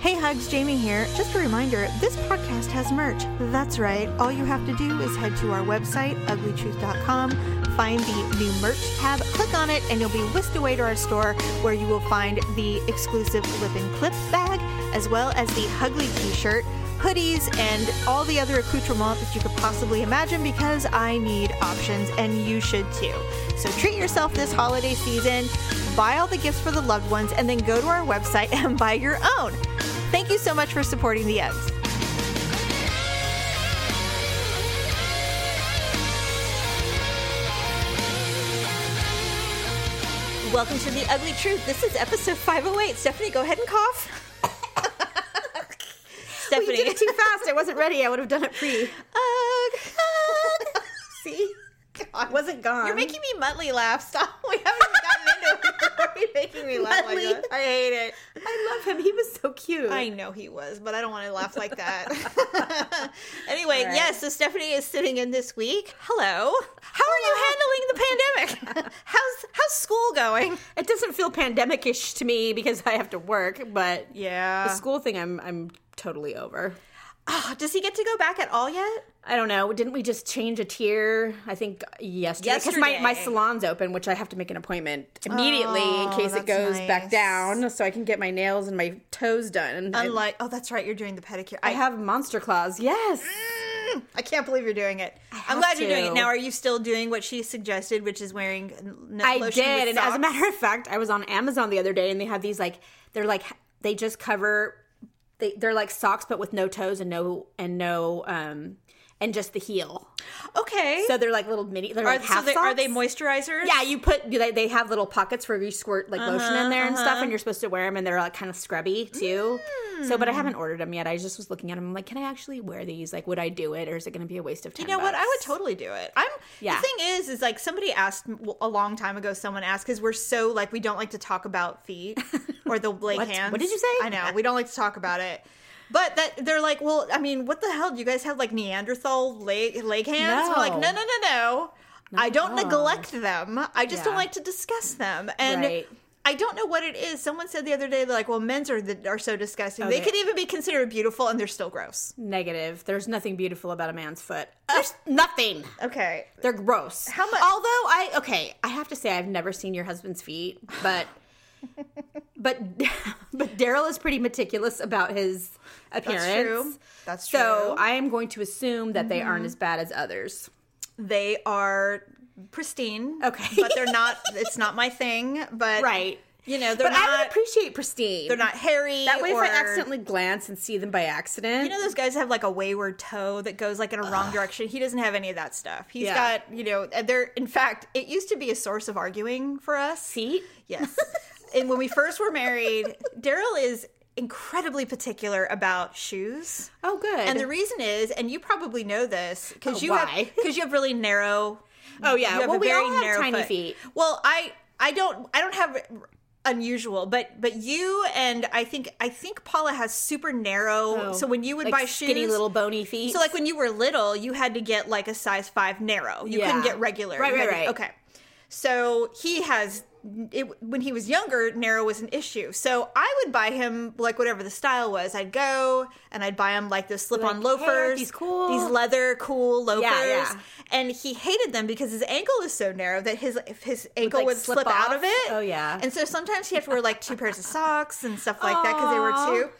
Hey Hugs, Jamie here. Just a reminder this podcast has merch. That's right. All you have to do is head to our website, uglytruth.com, find the new merch tab, click on it, and you'll be whisked away to our store where you will find the exclusive lip and clip bag, as well as the Hugly t shirt, hoodies, and all the other accoutrements that you could possibly imagine because I need options and you should too. So treat yourself this holiday season, buy all the gifts for the loved ones, and then go to our website and buy your own. Thank you so much for supporting the Uggs. Welcome to The Ugly Truth. This is episode 508. Stephanie, go ahead and cough. Well, you Stephanie. did it too fast. I wasn't ready. I would have done it pre. Ugg, Ugg. See? I wasn't gone. You're making me Muttley laugh. Stop. We haven't even gotten into it. You're already making me laugh like Muttley. that. I hate it. I love him. He was so cute. I know he was, but I don't want to laugh like that. anyway, All right. yes, so Stephanie is sitting in this week. Hello. How are you handling the pandemic? how's how's school going? It doesn't feel pandemic-ish to me because I have to work, but the Yeah. school thing I'm I'm totally over. Oh, does he get to go back at all yet? I don't know. Didn't we just change a tier? I think yesterday. my, my Yesterday. salon's open, which I have to make an appointment immediately Oh, in case that's it goes nice. back down so I can get my nails and my toes done. I- Unlike oh that's right, you're doing the pedicure. I have monster claws. Yes. I can't believe you're doing it. I'm have glad you're doing it. to. Now, are you still doing what she suggested, which is wearing n- I lotion with did, and as a socks? matter of fact, I was on Amazon the other day, and they have these like they're like they just cover they they're like socks, but with no toes and no and no um and just the heel. okay. So they're like little mini. They're are, like so half they, socks. are they moisturizers? Yeah, you put they, they have little pockets where you squirt like lotion in there and stuff, and you're supposed to wear them, and they're like kind of scrubby too. So, but I haven't ordered them yet. I just was looking at them. I'm like, can I actually wear these? Like, would I do it, or is it going to be a waste of time? You know what? I would totally do it. I'm. The Yeah. thing is, is like somebody asked well, a long time ago. Someone asked because we're so like we don't like to talk about feet or the like What? hands. What did you say? I know we don't like to talk about it. But that they're like, well, I mean, what the hell? Do you guys have like Neanderthal leg leg hands? We're like, No. no, no, no, no. I don't God. neglect them. I just don't Yeah. like to discuss them. And Right. I don't know what it is. Someone said the other day, they're like, well, men's are the, are so disgusting. they they- could even be considered beautiful, and they're still gross. Negative. There's nothing beautiful about a man's foot. There's nothing. Okay, They're gross. How much- Although I okay, I have to say I've never seen your husband's feet, but but but Daryl is pretty meticulous about his appearance. true. That's So true. Mm-hmm. I am going to assume that they aren't as bad as others. they are pristine. Okay. but they're not. It's not my thing. But Right. you know, they're But I not. would appreciate pristine. they're not hairy. that way. or, If I accidentally glance and see them by accident, you know, those guys have like a wayward toe that goes like in a wrong direction. He doesn't have any of that stuff. He's Yeah. got you know. and They're in fact, it used to be a source of arguing for us. feet. Yes. and when we first were married, Daryl is incredibly particular about shoes. Oh, good. And the reason is, and you probably know this because Oh, you have why? because you have really narrow. Oh, yeah. you have Well, a we very all have narrow tiny foot. feet. Well, I I don't I don't have unusual, but but you and I think I think Paula has super narrow. Oh, so when you would like buy shoes, skinny little bony feet. so like when you were little, you had to get like a size five narrow. You Yeah. couldn't get regular. Right, You had right, to- right. Okay. So he has it when he was younger, narrow was an issue. So I would buy him like whatever the style was. I'd go and I'd buy him like those slip-on Like, hey, aren't loafers, these cool? these leather cool loafers. Yeah, yeah. And he hated them because his ankle is so narrow that his if his ankle like, would slip, slip out off. of it. Oh, yeah. And so sometimes he had to wear like two pairs of socks and stuff like that because they Aw. were two.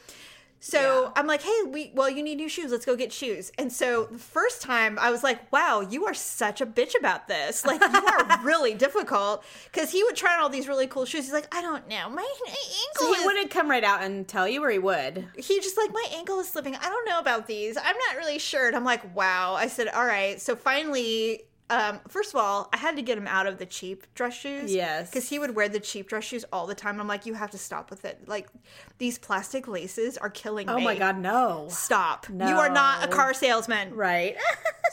So Yeah. I'm like, hey, we well, you need new shoes. Let's go get shoes. And so the first time I was like, wow, you are such a bitch about this. Like you are really difficult because he would try on all these really cool shoes. He's like, I don't know, my ankle. so he is- wouldn't come right out and tell you, or he would. he just like my ankle is slipping. I don't know about these. I'm not really sure. And I'm like, wow. I said, all right. So finally, um, first of all, I had to get him out of the cheap dress shoes. Yes. because he would wear the cheap dress shoes all the time. I'm like, you have to stop with it. Like these plastic laces are killing Oh me. my god, no! Stop. You are not a No. car salesman. Right.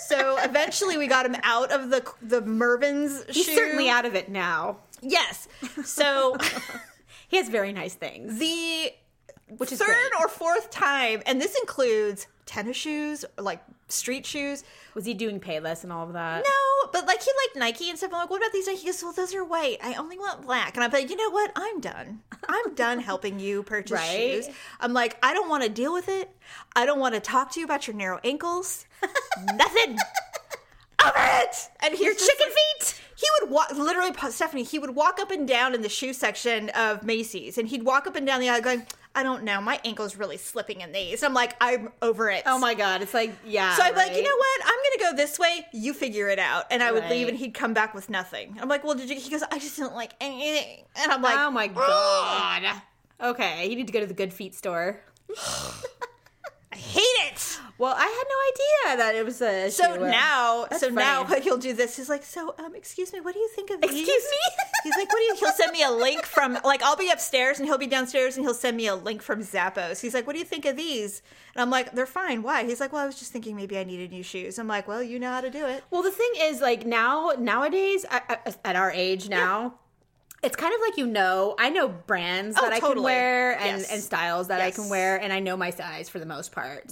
So eventually we got him out of the the Mervin's He's shoe. certainly out of it now. Yes. So He has very nice things. the Which is third great. or fourth time, and this includes tennis shoes, like street shoes. Was he doing Payless and all of that? No, but like he liked Nike and stuff. I'm like, what about these? Nike? He goes, well, those are white. I only want black. And I'm like, you know what? I'm done. I'm done helping you purchase Right? shoes. I'm like, I don't want to deal with it. I don't want to talk to you about your narrow ankles. Nothing. Over it. And your chicken feet. He would walk literally, Pa- Stephanie. He would walk up and down in the shoe section of Macy's, and he'd walk up and down the aisle going, "I don't know, my ankle's really slipping in these." I'm like, I'm over it. Oh my god, it's like yeah. So I'm like, you right? know what? I'm gonna go this way. You figure it out. And I would leave, Right. and he'd come back with nothing. I'm like, well, did you? He goes, I just didn't like anything. And I'm like, oh my god. Okay, you need to go to the Good Feet store. I hate it. Well, I had no idea that it was a. So now, so funny. now, what he'll do this? He's like, so, um, excuse me, what do you think of excuse these? me. He's like, what do you? He'll send me a link from like I'll be upstairs and he'll be downstairs and he'll send me a link from Zappos. He's like, what do you think of these? And I'm like, they're fine. Why? He's like, well, I was just thinking maybe I needed new shoes. I'm like, well, you know how to do it. Well, the thing is, like now nowadays I, I- at our age now. It's kind of like you know, I know brands Oh, that I can totally. wear and, Yes. and styles that I can Yes. wear, and I know my size for the most part.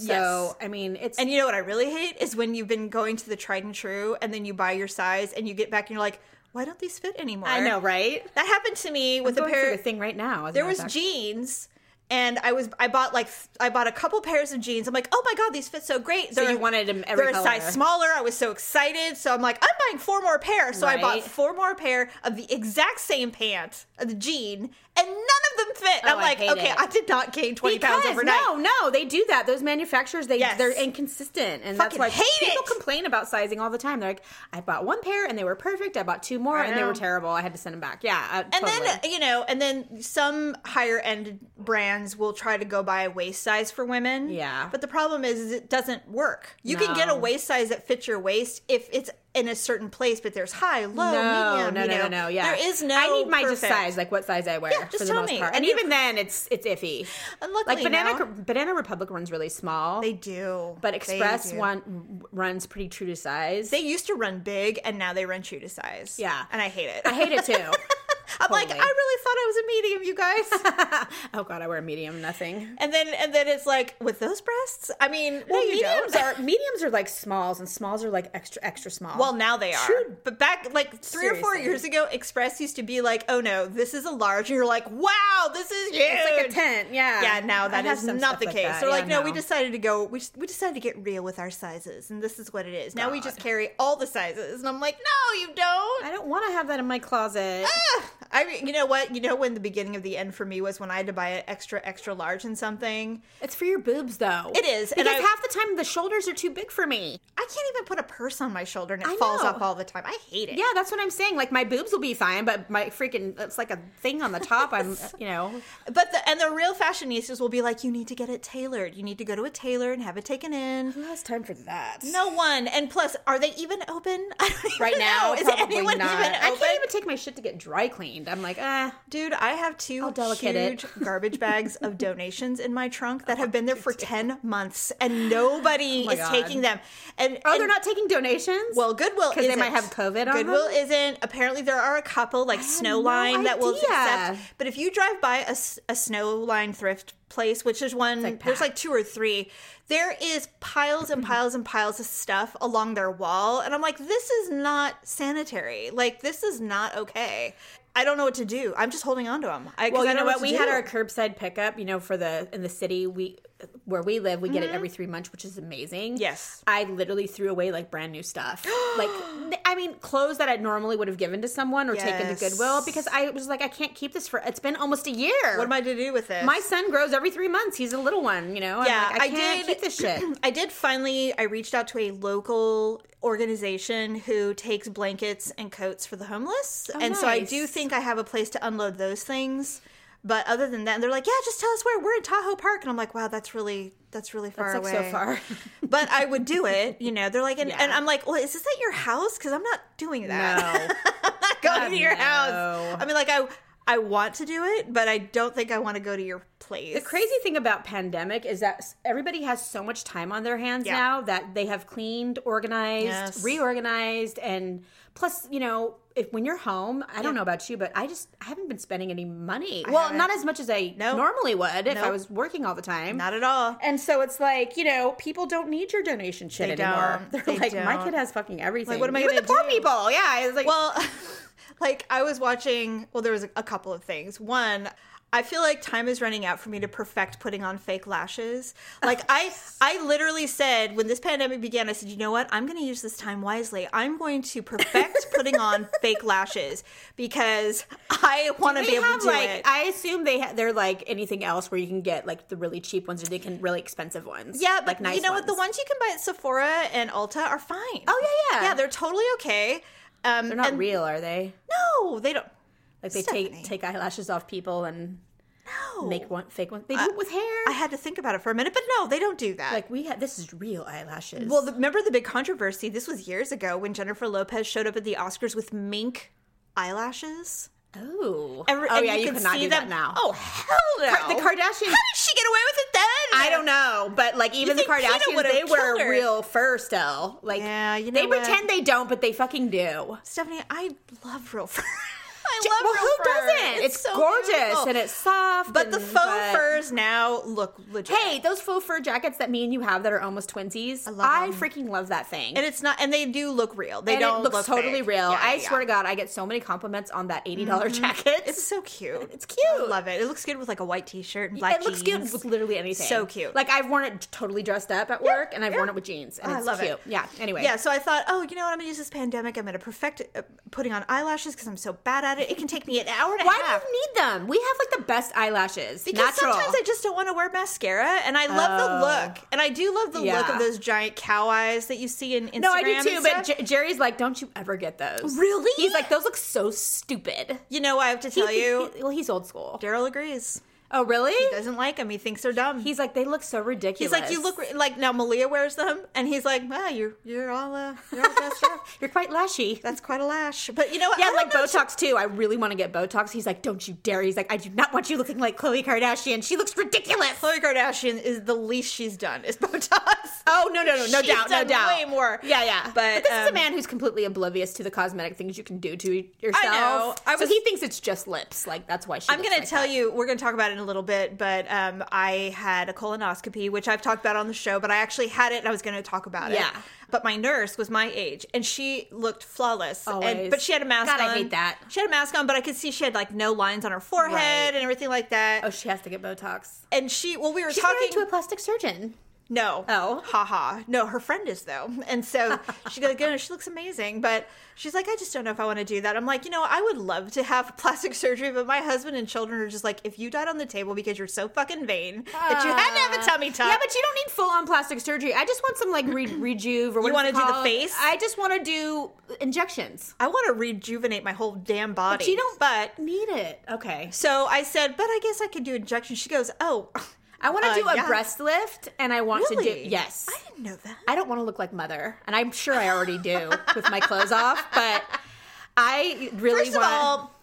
Yes. So, I mean, it's And you know what I really hate is when you've been going to the tried and true and then you buy your size and you get back and you're like, why don't these fit anymore? I know, right? That happened to me with a Going pair through a thing right now. as a there matter was of fact. jeans and I was I bought like th- I bought a couple pairs of jeans. I'm like, "Oh my god, these fit so great." So you wanted 'em every They're a size color. smaller. I was so excited. So I'm like, "I'm buying four more pairs." So I bought Right. four more pair of the exact same pant, of the jean, and none of them fit. And Oh, I'm I like, hate "Okay, it. I did not gain 20 pounds Because overnight." no, no, they do that. Those manufacturers, they Yes. they're inconsistent, and Fucking that's why hate people it. complain about sizing all the time. They're like, I bought one pair and they were perfect. I bought two more and they know. were terrible. I had to send them back. Yeah, uh, And totally. then you know, and then some higher end brands will try to go by a waist size for women. Yeah. But the problem is, is it doesn't work. You can No. get a waist size that fits your waist if it's in a certain place, but there's high, low, no, medium. no, you no, know. no, no, yeah. There is no. I need my just perfect. size, like what size I wear Yeah, just for the tell most me. part. And And you- even then, it's it's iffy. And luckily Like Banana now, Banana Republic runs really small, they do. but They Express do. one runs pretty true to size. They used to run big, and now they run true to size. Yeah. and I hate it. I hate it too. I'm like, I Totally. really thought I was a medium, you guys. oh God, I wear a medium nothing. and then, and then it's like with those breasts. I mean, no, you mediums don't. are mediums are like smalls, and smalls are like extra extra small. Well, now they are. True. But back like three or four Seriously. years ago, Express used to be like, "Oh no, this is a large," and you're like, "Wow, this is huge." it's like a tent. Yeah, Yeah, now I that have is some not stuff the like case. that. They're Yeah, like, no, we decided to go. We, just- we decided to get real with our sizes, and this is what it is. Now we just God. carry all the sizes, and I'm like, no, you don't. I don't want to have that in my closet. Ah! I mean, you know what? You know when the beginning of the end for me was when I had to buy an extra, extra large in something. It's for your boobs, though. It is, and because I- half the time the shoulders are too big for me. I can't even put a purse on my shoulder, and it I falls know. off all the time. I hate it. Yeah, that's what I'm saying. Like my boobs will be fine, but my freaking it's like a thing on the top. I'm you know But the and the real fashionistas will be like, you need to get it tailored. You need to go to a tailor and have it taken in. who has time for that? No one. And plus, are they even open? I don't even right know. now is probably anyone not. even I open? can't even take my shit to get dry cleaned. I'm like, ah, Dude, I have 2 delicate it. huge garbage bags of donations in my trunk that have been there for ten months, and nobody Oh my is God. taking them. And oh, they're not taking donations. Well, Goodwill 'Cause they might isn't. have COVID on Goodwill them? isn't. Apparently, there are a couple like snow no line that will idea. accept. But if you drive by a, s- a snow line thrift place, which is one, like there's packed. Mm-hmm. like two or three. There is piles and piles and piles of stuff along their wall, and I'm like, this is not sanitary. Like, this is not okay. I don't know what to do. I'm just holding on to them. I, 'cause Well, I you know don't what? to We had do. our curbside pickup. You know, for the in the city we where we live, we get it every three months, which is amazing. Mm-hmm. Yes. I literally threw away like brand new stuff, like th- I mean, clothes that I normally would have given to someone or taken to Yes. Goodwill because I was like, I can't keep this for. It's been almost a year. What am I to do with this? My son grows every three months. He's a little one, you know. I'm Yeah, like, I I can't did- keep this shit. I did finally. I reached out to a local organization who takes blankets and coats for the homeless, and so I Oh, nice. do think I have a place to unload those things. But other than that, they're like, "Yeah, just tell us where we're in Tahoe Park," and I'm like, "Wow, that's really that's really far It's like away." so far. but I would do it, you know. They're like, and, Yeah. and I'm like, "Well, is this at your house? Because I'm not doing that. No. I'm not going God, to your no. house. I mean, like I." I want to do it, but I don't think I want to go to your place. The crazy thing about pandemic is that s- everybody has so much time on their hands Yeah. now that they have cleaned, organized, Yes. reorganized, and plus, you know, if when you're home, I don't know about you, but I just I haven't been spending any money. well, haven't. not as much as I Nope. normally would if I Nope. was working all the time. Not at all. and so it's like you know, people don't need your donation shit They anymore. don't. They're They like, my don't. kid has fucking everything. what am I Even gonna the poor do? people? Yeah, I was like, Well, like I was watching, well, there was a, a couple of things. One, I feel like time is running out for me to perfect putting on fake lashes. Like I I literally said when this pandemic began, I said, "You know what? I'm going to use this time wisely. I'm going to perfect putting on fake lashes because I want to they be able to have do like it." I assume they ha- they're like anything else where you can get like the really cheap ones or they can really expensive ones. Yeah, but like nice you know what? The ones. ones you can buy at Sephora and Ulta are fine. Oh, yeah, yeah. yeah. They're totally okay. Um, they're not and- real, are they? No, they don't. Like they Stephanie. take take eyelashes off people and make one fake ones. They do it with hair. Uh, I had to think about it for a minute, but no, they don't do that. like we had this is real eyelashes. well, the, remember the big controversy? This was years ago when Jennifer Lopez showed up at the Oscars with mink eyelashes. oh, Every- oh and yeah, you, could cannot do that now. Oh hell no! the Kardashians. How did she get away with it then? I don't know, but like even the think Tina Kardashians, would've they wear killed her? real fur still. Like Yeah, you they know what? pretend they don't, but they fucking do. Stephanie. I love real fur. I J- love well, real who fur. doesn't? It's, so gorgeous beautiful. and it's soft. But the and- faux but- furs now look legit. Hey, those faux fur jackets that me and you have that are almost twinsies. I, love them. freaking love that thing. and it's not, and they do look real. They And don't it looks look totally fake. real. Yeah, I yeah, swear to yeah. Mm-hmm. God, I get so many compliments on that eighty jacket. it's so cute. It's cute. I love it. It looks good with like a white T-shirt and black. it looks cute jeans. with literally anything. So cute. Like I've worn it totally dressed up at work, and I've worn it with jeans, and Oh, I it's love it. cute. Yeah. Anyway. Yeah, so I thought, oh, you know what? I'm gonna use this pandemic. I'm gonna perfect uh, putting on eyelashes because I'm so bad at it. It can take me an hour and a Why half. do you need them? We have like the best eyelashes. because Natural. Oh. sometimes I just don't want to wear mascara, and I love the look, and I do love the look Yeah. of those giant cow eyes that you see in Instagram. no, I do too. and But stuff. J- Jerry's like, don't you ever get those? Really? He's like, those look so stupid. you know, I have to tell He- he- you, he- well, he's old school. Daryl agrees. Oh, really? Doesn't like them. He thinks they're dumb. He's like, they look so He's ridiculous. like, you look re- like now. Malia wears them, and he's like, wow, you're you're all uh, you're all messed up. You're quite lashy. That's quite a lash. But you know what? I Yeah, don't like know, Botox too. I really want to get Botox. He's like, don't you dare. He's like, I do not want you looking like Khloe Kardashian. She looks ridiculous. Khloe Kardashian is the least she's done is Botox. Oh no, no, no, no She's doubt, no done doubt. way more. Yeah, yeah. But, this is a um, man who's completely oblivious to the cosmetic things you can do to yourself. know. I was- so he thinks it's just lips. Like that's why she. I'm going to tell you, we're going to talk about it in a little bit, but um, I had a colonoscopy, which I've talked about on the show, but I actually had it and I was going to talk about it. Yeah. But my nurse was my age and she looked flawless. and- Always. but she had a mask God, on. I hate that. She had a mask on, but I could see she had like no lines on her forehead Right. and everything like that. Oh, she has to get Botox. and she, well, we were She's talking married to a plastic surgeon. No. Oh. Ha ha. No, her friend is though. And so she goes, you know, she looks amazing, but she's like, I just don't know if I want to do that. I'm like, you know, I would love to have plastic surgery, but my husband and children are just like, if you died on the table because you're so fucking vain that you had to have a tummy tuck. Ah. Uh, Yeah, but you don't need full on plastic surgery. I just want some like re- rejuve or what wanna to do the face? I just want to do injections. I want to rejuvenate my whole damn body. But you don't- But Need it. Okay. so I said, but I guess I could do injections. She goes, oh, I want to Uh, do a yeah. breast lift and I want really? to do yes. I didn't know that. I don't want to look like mother, and I'm sure I already do with my clothes off, but I really First of want all,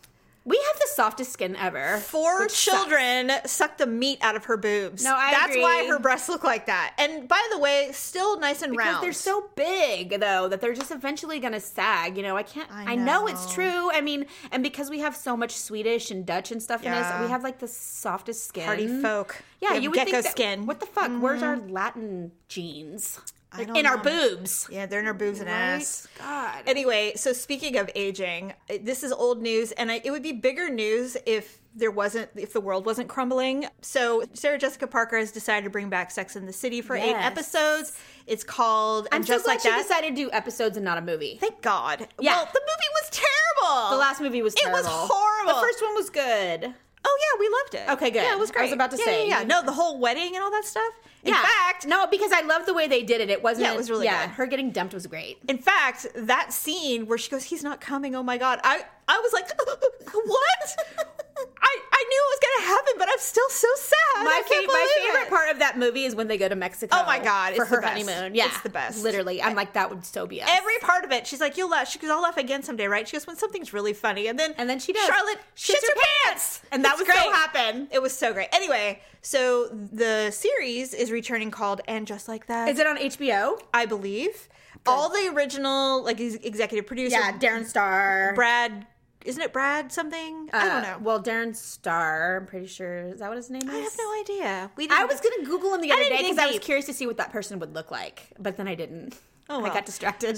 We have the softest skin ever. four which children sucked the meat out of her boobs. No, I That's why agree. her breasts look like that. And by the way, still nice and Because round. they're so big, though, that they're just eventually going to sag. You know, I can't. I I know. know. it's true. I mean, and because we have so much Swedish and Dutch and stuff in Yeah. us, we have like the softest skin. Party folk. Yeah, We Mm-hmm. have you would gecko think that, skin. Mm-hmm. What the fuck? Where's our Latin genes? Like, don't in our know. boobs. yeah, they're in her boobs and ass. Right? God. Anyway, so speaking of aging, this is old news, and I, it would be bigger news if there wasn't if the world wasn't crumbling. So Sarah Jessica Parker has decided to bring back Sex in the City for eight Yes. episodes. It's called I'm and just so glad like she that. decided to do episodes and not a movie. Thank God. Yeah. Well, the movie was terrible. The last movie was It terrible. was horrible. The first one was good. Oh yeah, we loved it. Okay, good. Yeah, it was great. I was about to Yeah, say. yeah, yeah. no, the whole wedding and all that stuff. In fact, no, because I love the way they did it. It wasn't. Yeah, it was really Yeah, good. her getting dumped was great. in fact, that scene where she goes, "He's not coming." Oh my god, I I was like, what? I I knew it was gonna happen, but I'm still so sad. I My, can't fa- my believe favorite it. part of that movie is when they go to Mexico. Oh my God, for it's the her best. honeymoon. Yeah, It's the best. Literally, I'm like that would so be us. Every part of it, she's like, "You'll laugh." She goes, "I'll laugh again someday, right?" She goes, "When something's really funny," and then And then she does. Charlotte shits, Shits her her pants, and that It's was so great. happen. It was so great. Anyway, so the series is returning called "And Just Like That." is it on HBO? I believe all the original like ex- executive producer Yeah, Darren Star. Brad. Isn't it Brad something? I don't know. Uh, Well, Darren Star. I'm pretty sure is that what his name is. I have no idea. We I was gonna Google him the other didn't day because dig I was deep. curious to see what that person would look like, but then I didn't. Oh, I well. got distracted.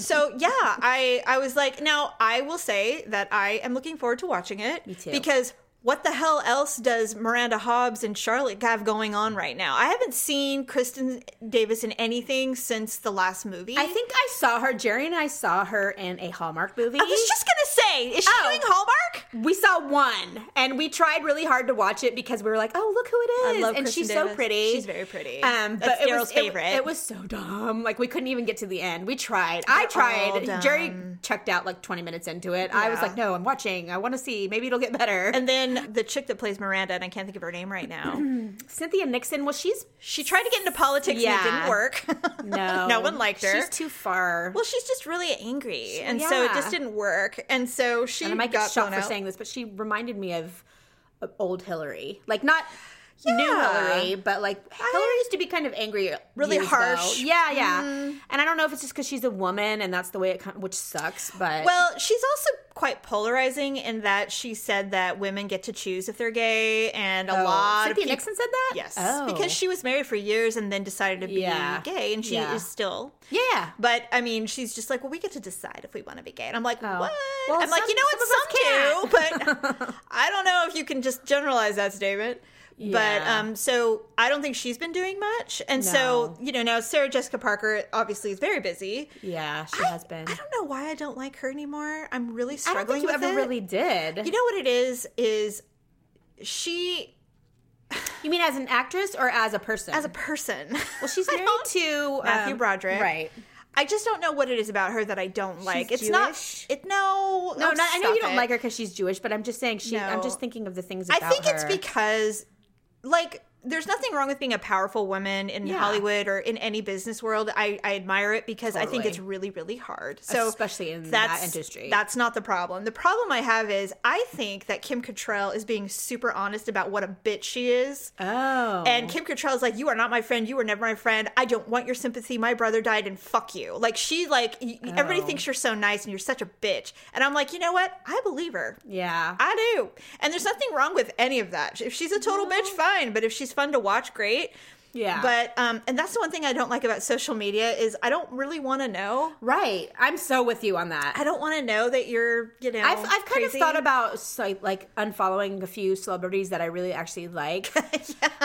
So yeah, I I was like, now I will say that I am looking forward to watching it. Me too. Because what the hell else does Miranda Hobbs and Charlotte have going on right now? I haven't seen Kristen Davis in anything since the last movie. I think I saw her. Jerry and I saw her in a Hallmark movie. I was just gonna say, is she Oh. doing Hallmark? we saw one, and we tried really hard to watch it because we were like, "Oh, look who it I is!" love and Kristen she's Davis. so pretty. She's very pretty. Um, but That's it Daryl's was, it- favorite. It, was so dumb. Like we couldn't even get to the end. We tried. I all tried. Jerry dumb. checked out like 20 minutes into it. I was Yeah. like, "No, I'm watching. I want to see. Maybe it'll get better." And And then the chick that plays Miranda, and I can't think of her name right now. Cynthia Nixon, well, she's she tried to get into politics and it Yeah. didn't work. no, no one liked her. She's too far. Well, she's just really angry, and so it yeah. just didn't work. And so she and I might got get shot blown for out. saying this, but she reminded me of, of old Hillary. Like not new Yeah. Hillary, but like Hillary used to be kind of angry, Really years harsh. Mm-hmm. ago. Yeah, yeah. And I don't know if it's just because she's a woman and that's the way it, kind which sucks. But Well, she's also quite polarizing in that she said that women get to choose if they're gay, and a Oh, lot Cynthia of people. Nixon said that. Yes, Oh. because she was married for years and then decided to be Yeah. gay, and she Yeah. is still. yeah. But I mean, she's just like, well, we get to decide if we want to be gay, and I'm like, what? Oh. Well, I'm like, some- you know some what, some, do, but I don't know if you can just generalize that statement. But Yeah. um, so I don't think she's been doing much, and so No. you know now Sarah Jessica Parker obviously is very busy. Yeah, she has been. I don't know why I don't like her anymore. I'm really I don't struggling think you with ever it. really did. You know what it is? Is she You mean as an actress or as a person? as a person? well, she's I married don't- to um, Matthew Broderick. right? I just don't know what it is about her that I don't like. It's Jewish? not. It no. No, oh, not, I know stop you don't it. like her because she's Jewish, but I'm just saying she. I'm No. just thinking of the things. I About think it's her. because, like, there's nothing wrong with being a powerful woman in Yeah. Hollywood or in any business world. I, I admire it because I think Totally. it's really, really hard. So Especially in that industry. That's not the problem. The problem I have is I think that Kim Cattrall is being super honest about what a bitch she is. Oh. And Kim Cattrall is like, "You are not my friend. You were never my friend. I don't want your sympathy. My brother died, and fuck you." Like she, like y- y- everybody Oh. thinks you're so nice, and you're such a bitch. And I'm like, you know what? I believe her. yeah. I do. And there's nothing wrong with any of that. If she's a total bitch, fine. But if she's fun to watch, great. Yeah. But um, and that's the one thing I don't like about social media is I don't really want to know. right. I'm so with you on that. I don't want to know that you're, you know, I've, I've kind crazy. of thought about so, like unfollowing a few celebrities that I really actually like.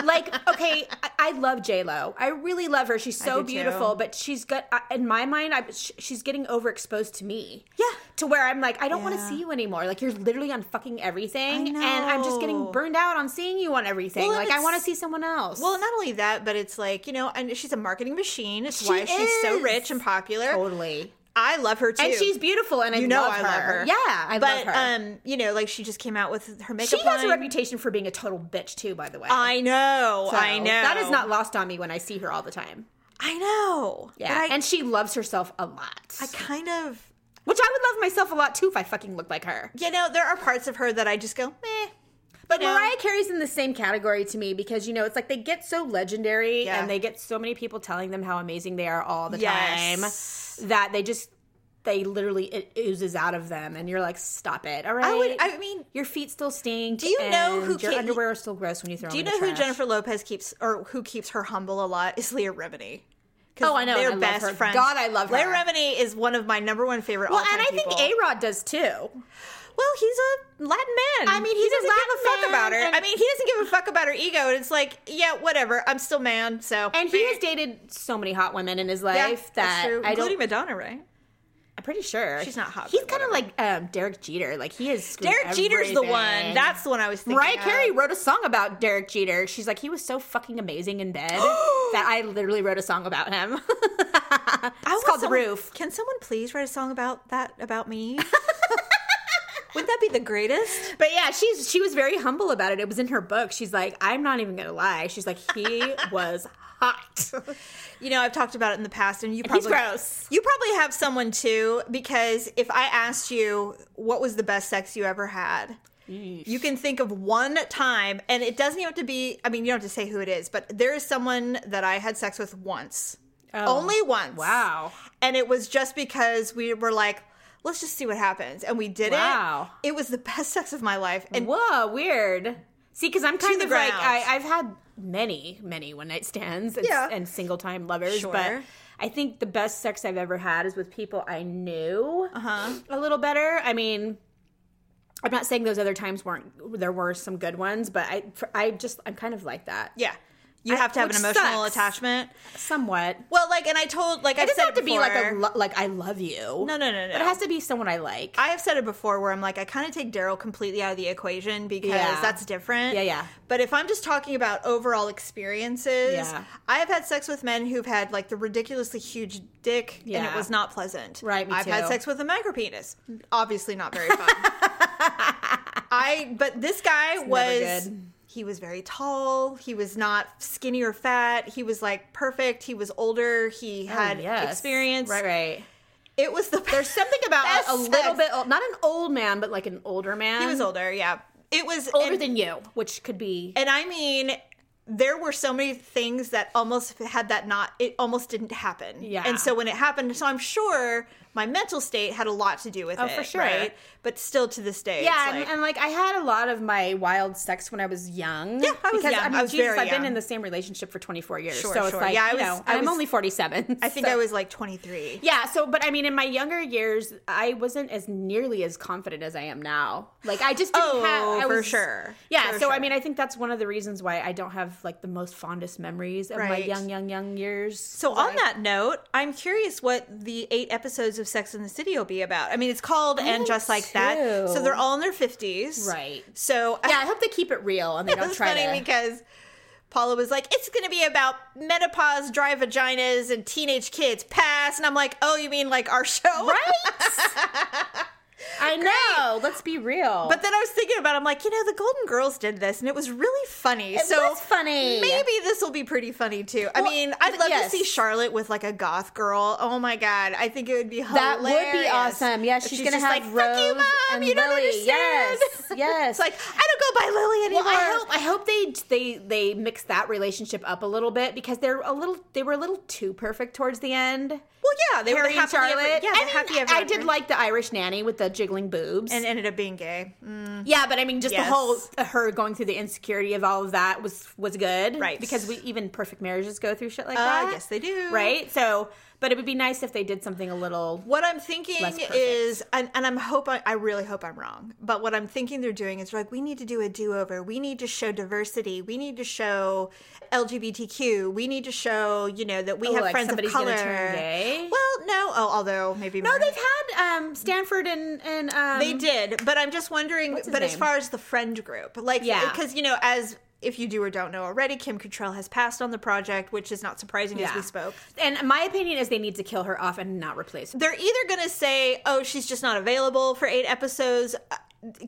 Like, okay, I, I love J Lo. I really love her. She's so do too. beautiful, but she's got I- in my mind. I, sh- she's getting overexposed to me. Yeah. to where I'm like, I don't want to Yeah. see you anymore. Like, you're literally on fucking everything, I and I'm just know. getting burned out on seeing you on everything. Well, and like, I want to it's- see someone else. Well, not only that, but it's like you know, and she's a marketing machine. It's She why she's so is. rich and popular. totally. I love her too, And she's beautiful, and I you know love I her. love her. Yeah, I but, love her. um, you know, like she just came out with her makeup. she has a line. reputation for being a total bitch too. By the way, I know. So, I know. that is not lost on me when I see her all the time. I know. Yeah, But I, and she loves herself a lot, I kind of which I would love myself a lot too if I fucking looked like her. you know, there are parts of her that I just go, meh. But Mariah Carey's in the same category to me because you know it's like they get so legendary Yeah. and they get so many people telling them how amazing they are all the Yes. time that they just they literally it oozes out of them and you're like stop it all right I would. I mean, your feet still stink Do you know who and your Kate- underwear is still gross when you throw do you know who Jennifer Lopez keeps or who keeps her humble a lot is Leah Remini. 'Cause Oh, I know, They're and I love best her. friends. God, I love Leah her. Remini is one of my number one favorite. well all-time and I think people. A Rod does too Well, he's a Latin man. I mean, he's he a doesn't give a Latin fuck about her. man, and- I mean, he doesn't give a fuck about her ego. And it's like, yeah, whatever. I'm still man. So and he has dated so many hot women in his life yeah, that that's true. I including don't Madonna, right? I'm pretty sure She's not hot, he's but kind of like um, Derek Jeter like he is screwed Derek Jeter's the one. everything. That's the one I was thinking. Mariah of. Carey wrote a song about Derek Jeter. She's like, he was so fucking amazing in bed that I literally wrote a song about him. I it's want called The someone- Roof. Can someone please write a song about that about me? Wouldn't that be the greatest? But yeah, she's she was very humble about it. It was in her book. She's like, I'm not even gonna lie. She's like, he was hot. You know, I've talked about it in the past, and you he's probably gross. You probably have someone too, because if I asked you what was the best sex you ever had, you can think of one time, and it doesn't even have to be. I mean, you don't have to say who it is, but there is someone that I had sex with once, only once. Oh, Wow. And it was just because we were like, let's just see what happens, and we did Wow. it. It was the best sex of my life, and Whoa, weird. See, because I'm kind the of like ground. I, I've had many, many one night stands and, Yeah. and single time lovers, Sure. but I think the best sex I've ever had is with people I knew Uh-huh. a little better. I mean, I'm not saying those other times weren't there were some good ones, but I for- I just I'm kind of like that yeah, you I- have to have an which emotional sucks. attachment. somewhat. Well, like, and I told, like, It I've doesn't said have to be like a before- lo- like I love you. no, no, no, no. But it has to be someone I like. I have said it before where I'm like, I kind of take Daryl completely out of the equation because Yeah. that's different. Yeah, yeah. But if I'm just talking about overall experiences, Yeah. I have had sex with men who've had like the ridiculously huge dick and it Yeah. was not pleasant. Right, me I've had too. sex with a micro penis. Obviously not very fun. I but this guy was good. he was very tall. He was not skinny or fat. He was like perfect. He was older. He had Oh, yes. experience. Right, right. It was the There's something about best a, a little sex. bit old, not an old man, but like an older man. He was older, yeah. It was Um, older and, than you, which could be and I mean, there were so many things that almost had that not it almost didn't happen. Yeah. And so when it happened, so I'm sure my mental state had a lot to do with it. Oh, for sure. Right. But still to this day. yeah, it's and, like, and like I had a lot of my wild sex when I was young. Yeah, I was because, young. I mean, I was Jesus, very I've been young. in the same relationship for 24 years, Sure, so it's sure. like Yeah, I you was- know, I and I'm was- only 47. I think I was like 23. Yeah, so but I mean, in my younger years, I wasn't as nearly as confident as I am now. Like I just didn't Oh, have. I for was- sure. Yeah, For so I sure. mean, I think that's one of the reasons why I don't have like the most fondest memories of my Right. young, young, young years. So on that note, I'm curious what the eight episodes of Sex in the City will be about. I mean, it's called and am just like that. too. So they're all in their 50s. Right. So yeah, I hope they keep it real and they It don't was try funny to. because Paula was like, "It's going to be about menopause, dry vaginas, and teenage kids past," and I'm like, "Oh, you mean like our show?" right? I know. Let's be real. But then I was thinking about, it, I'm like, you know, the Golden Girls did this, and it was really funny. it so was funny. maybe this will be pretty funny too. I Well, mean, I'd but love to yes. see Charlotte with like a goth girl. Oh my god, I think it would be that hilarious. would be awesome. Yeah, If she's, gonna just have like, Rose Fuck you, mom. and you Lily. don't understand. Yes, yes. it's like I don't go by Lily anymore. Well, I hope I hope they they they mix that relationship up a little bit because they're a little they were a little too perfect towards the end. Well, yeah, they were Harry the and happily ever- Charlotte. yeah, I the happy mean, ever I did after. like the Irish nanny with the jiggling boobs. and ended up being gay. Mm, yeah, but I mean, just Yes. the whole her going through the insecurity of all of that was was good, Right. Because we even perfect marriages go through shit like Uh, that. yes, they do. Right. So, but it would be nice if they did something a little. What I'm thinking Less perfect. is, and, and I'm hope I, I really hope I'm wrong, but what I'm thinking they're doing is like we need to do a do over. We need to show diversity. We need to show LGBTQ. We need to show you know that we have like friends somebody's of color. gonna turn gay? Well, no. Oh, although maybe Mm-hmm. No, Maria- they've had um, Stanford and and um, they did, but I'm just wondering. What's his But as name? far as the friend group, like Yeah. because you know as. If you do or don't know already, Kim Cattrall has passed on the project, which is not surprising as we spoke. And my opinion is they need to kill her off and not replace her. they're either going to say, "Oh, she's just not available for eight episodes." Uh,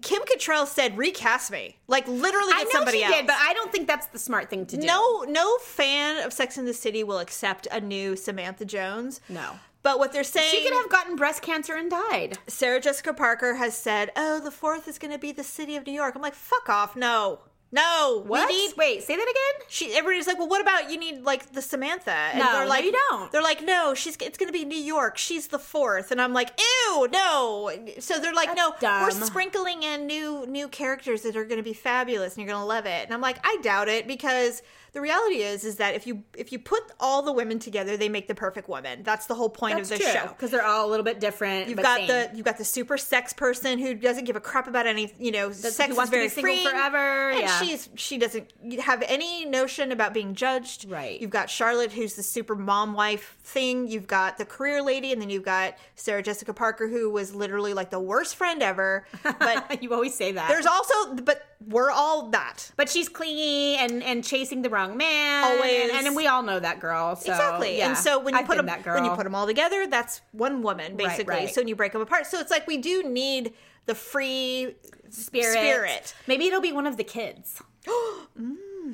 Kim Cattrall said, "Recast me," like literally get I know somebody she else. did, but I don't think that's the smart thing to do. no, no fan of Sex in the City will accept a new Samantha Jones. No. But what they're saying, She could have gotten breast cancer and died. Sarah Jessica Parker has said, "Oh, the fourth is going to be the city of New York." I'm like, "Fuck off! No, no, What? We need Wait, say that again? she everybody's like, well, what about you need like the Samantha? And No, they're no, like, you don't. They're like, no, she's it's gonna be New York. She's the fourth, and I'm like, ew, no. So they're like, no, dumb. we're sprinkling in new new characters that are gonna be fabulous, and you're gonna love it. And I'm like, I doubt it because the reality is is that if you if you put all the women together, they make the perfect woman. That's the whole point of the show. Because they're all a little bit different. You've got the you've got the super sex person who doesn't give a crap about any you know sex who is wants to very be single free forever, and yeah. she's she doesn't have any notion about being judged Right. you've got Charlotte who's the super mom wife thing you've got the career lady and then you've got Sarah Jessica Parker who was literally like the worst friend ever but you always say that. there's also but we're all that but she's clingy and, and chasing the wrong man. Always. and, and we all know that girl. So, exactly. yeah. And so when you I've put been them that girl, when you put them all together, that's one woman basically. right. So when you break them apart, so it's like we do need the free spirit, spirit. maybe it'll be one of the kids.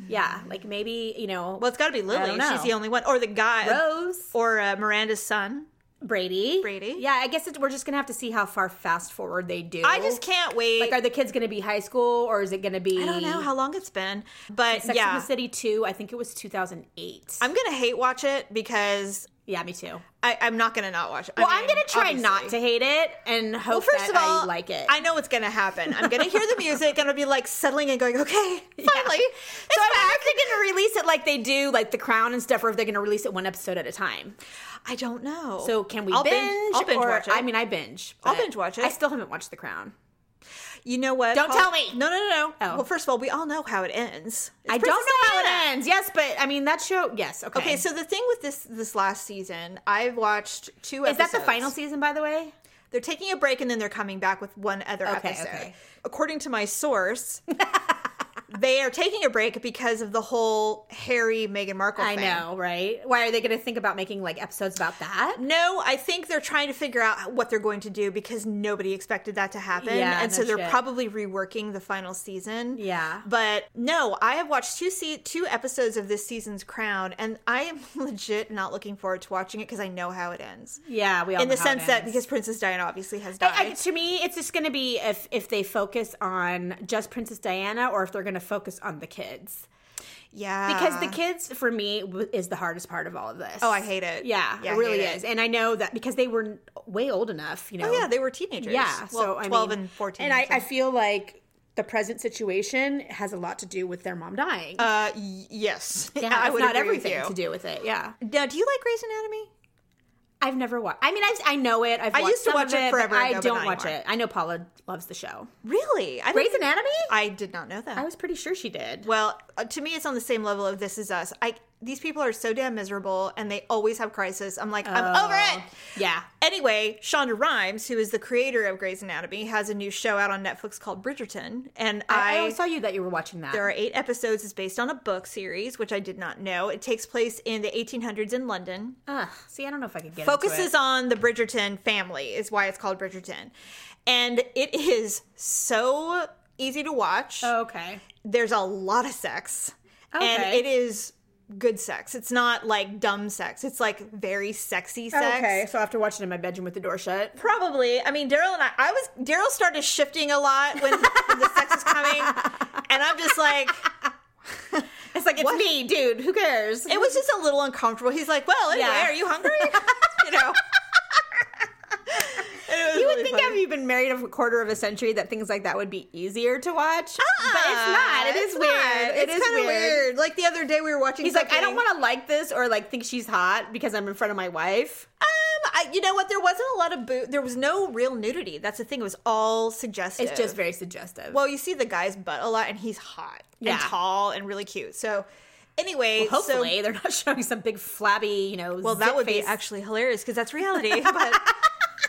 Yeah, like maybe you know Well, it's got to be Lily. don't know. She's the only one, or the guy, Rose or uh, Miranda's son. Brady. Brady. Yeah, I guess it, we're just gonna have to see how far fast forward they do. I just can't wait. like, are the kids gonna be high school or is it gonna be? I don't know how long it's been, but Sex yeah, and the City two. I think it was two thousand eight. I'm gonna hate watch it because Yeah, me too. I, I'm not gonna not watch it. I Well, mean, I'm gonna try not obviously. to hate it and hope Well, first that of all, I like it. I know what's gonna happen. I'm gonna hear the music and I'll be like settling and going, okay, finally. It's so I wonder back. if they're gonna release it like they do, like The Crown and stuff, or if they're gonna release it one episode at a time. I don't know. So can we I'll binge? I'll binge or- watch it. I mean, I binge. I'll but binge watch it. I still haven't watched The Crown. you know what? Don't Paul- tell me. No, no, no, no. Oh. Well, first of all, we all know how it ends. It's I Princess don't know how Diana. it ends. Yes, but I mean that show. Yes. Okay. Okay, so the thing with this this last season, I've watched two. is that the episodes. final season, by the way? They're taking a break and then they're coming back with one other Okay, episode. okay. According to my source, they are taking a break because of the whole Harry Meghan Markle I thing. know, right? Why are they going to think about making like episodes about that? No, I think they're trying to figure out what they're going to do because nobody expected that to happen. Yeah, and no so they're shit. probably reworking the final season. Yeah. But no, I have watched two se- two episodes of this season's Crown and I am legit not looking forward to watching it because I know how it ends. Yeah, we all In know the how it sense that ends. because Princess Diana obviously has died. I- I- to me, it's just going to be if if they focus on just Princess Diana, or if they're going to focus on the kids, yeah. because the kids for me w- is the hardest part of all of this. Uh. Oh, I hate it. Yeah, Yeah, I it really hate it. is, and I know that because they were n- way old enough. You know, Oh yeah, they were teenagers. yeah. Well, so I twelve mean- and fourteen. and I, so. I feel like the present situation has a lot to do with their mom dying. uh, y- yes, yeah, I it's would not agree with everything you. to do with it. Yeah, Now, do you like Grey's Anatomy? I've never watched. I mean, I've, I know it. I've I watched used to some watch of it but forever I ago, but don't not watch anymore. it. I know Paula loves the show. Really, I Grey's didn't- Anatomy. I did not know that. I was pretty sure she did. well, uh, to me, it's on the same level of This Is Us. I these people are so damn miserable, and they always have crisis. I'm like, I'm over it. Yeah. Anyway, Shonda Rhimes, who is the creator of Grey's Anatomy, has a new show out on Netflix called Bridgerton, and I, I saw you that you were watching that. There are eight episodes. It's based on a book series, which I did not know. It takes place in the 1800s in London. Ugh, see, I don't know if I could get Focuses into on the Bridgerton family, is why it's called Bridgerton. And it is so easy to watch. it. okay. There's a lot of sex. And Okay. it is good sex. It's not like dumb sex, it's like very sexy sex. Okay, so I have to watch it in my bedroom with the door shut. Probably. I mean, Daryl and I, I was, Daryl started shifting a lot when, when the sex is coming. And I'm just like, It's like it's me, dude. Who cares? it was just a little uncomfortable. He's like, "Well, anyway, Yeah. are you hungry?" you know. you would think after you've been married a quarter of a century that things like that would be easier to watch, but it's not. It is weird. It Uh-uh. it's is kinda weird. Like the other day, we were watching. He's like, I don't want to like this or like think she's hot because I'm in front of my wife. Um, I, you know what? There wasn't a lot of boot. There was no real nudity. That's the thing. It was all suggestive. It's just very suggestive. well, you see the guy's butt a lot, and he's hot Yeah. and tall and really cute. So, anyway, so hopefully they're not showing some big flabby, you know. Well, that would be actually hilarious because that's reality. But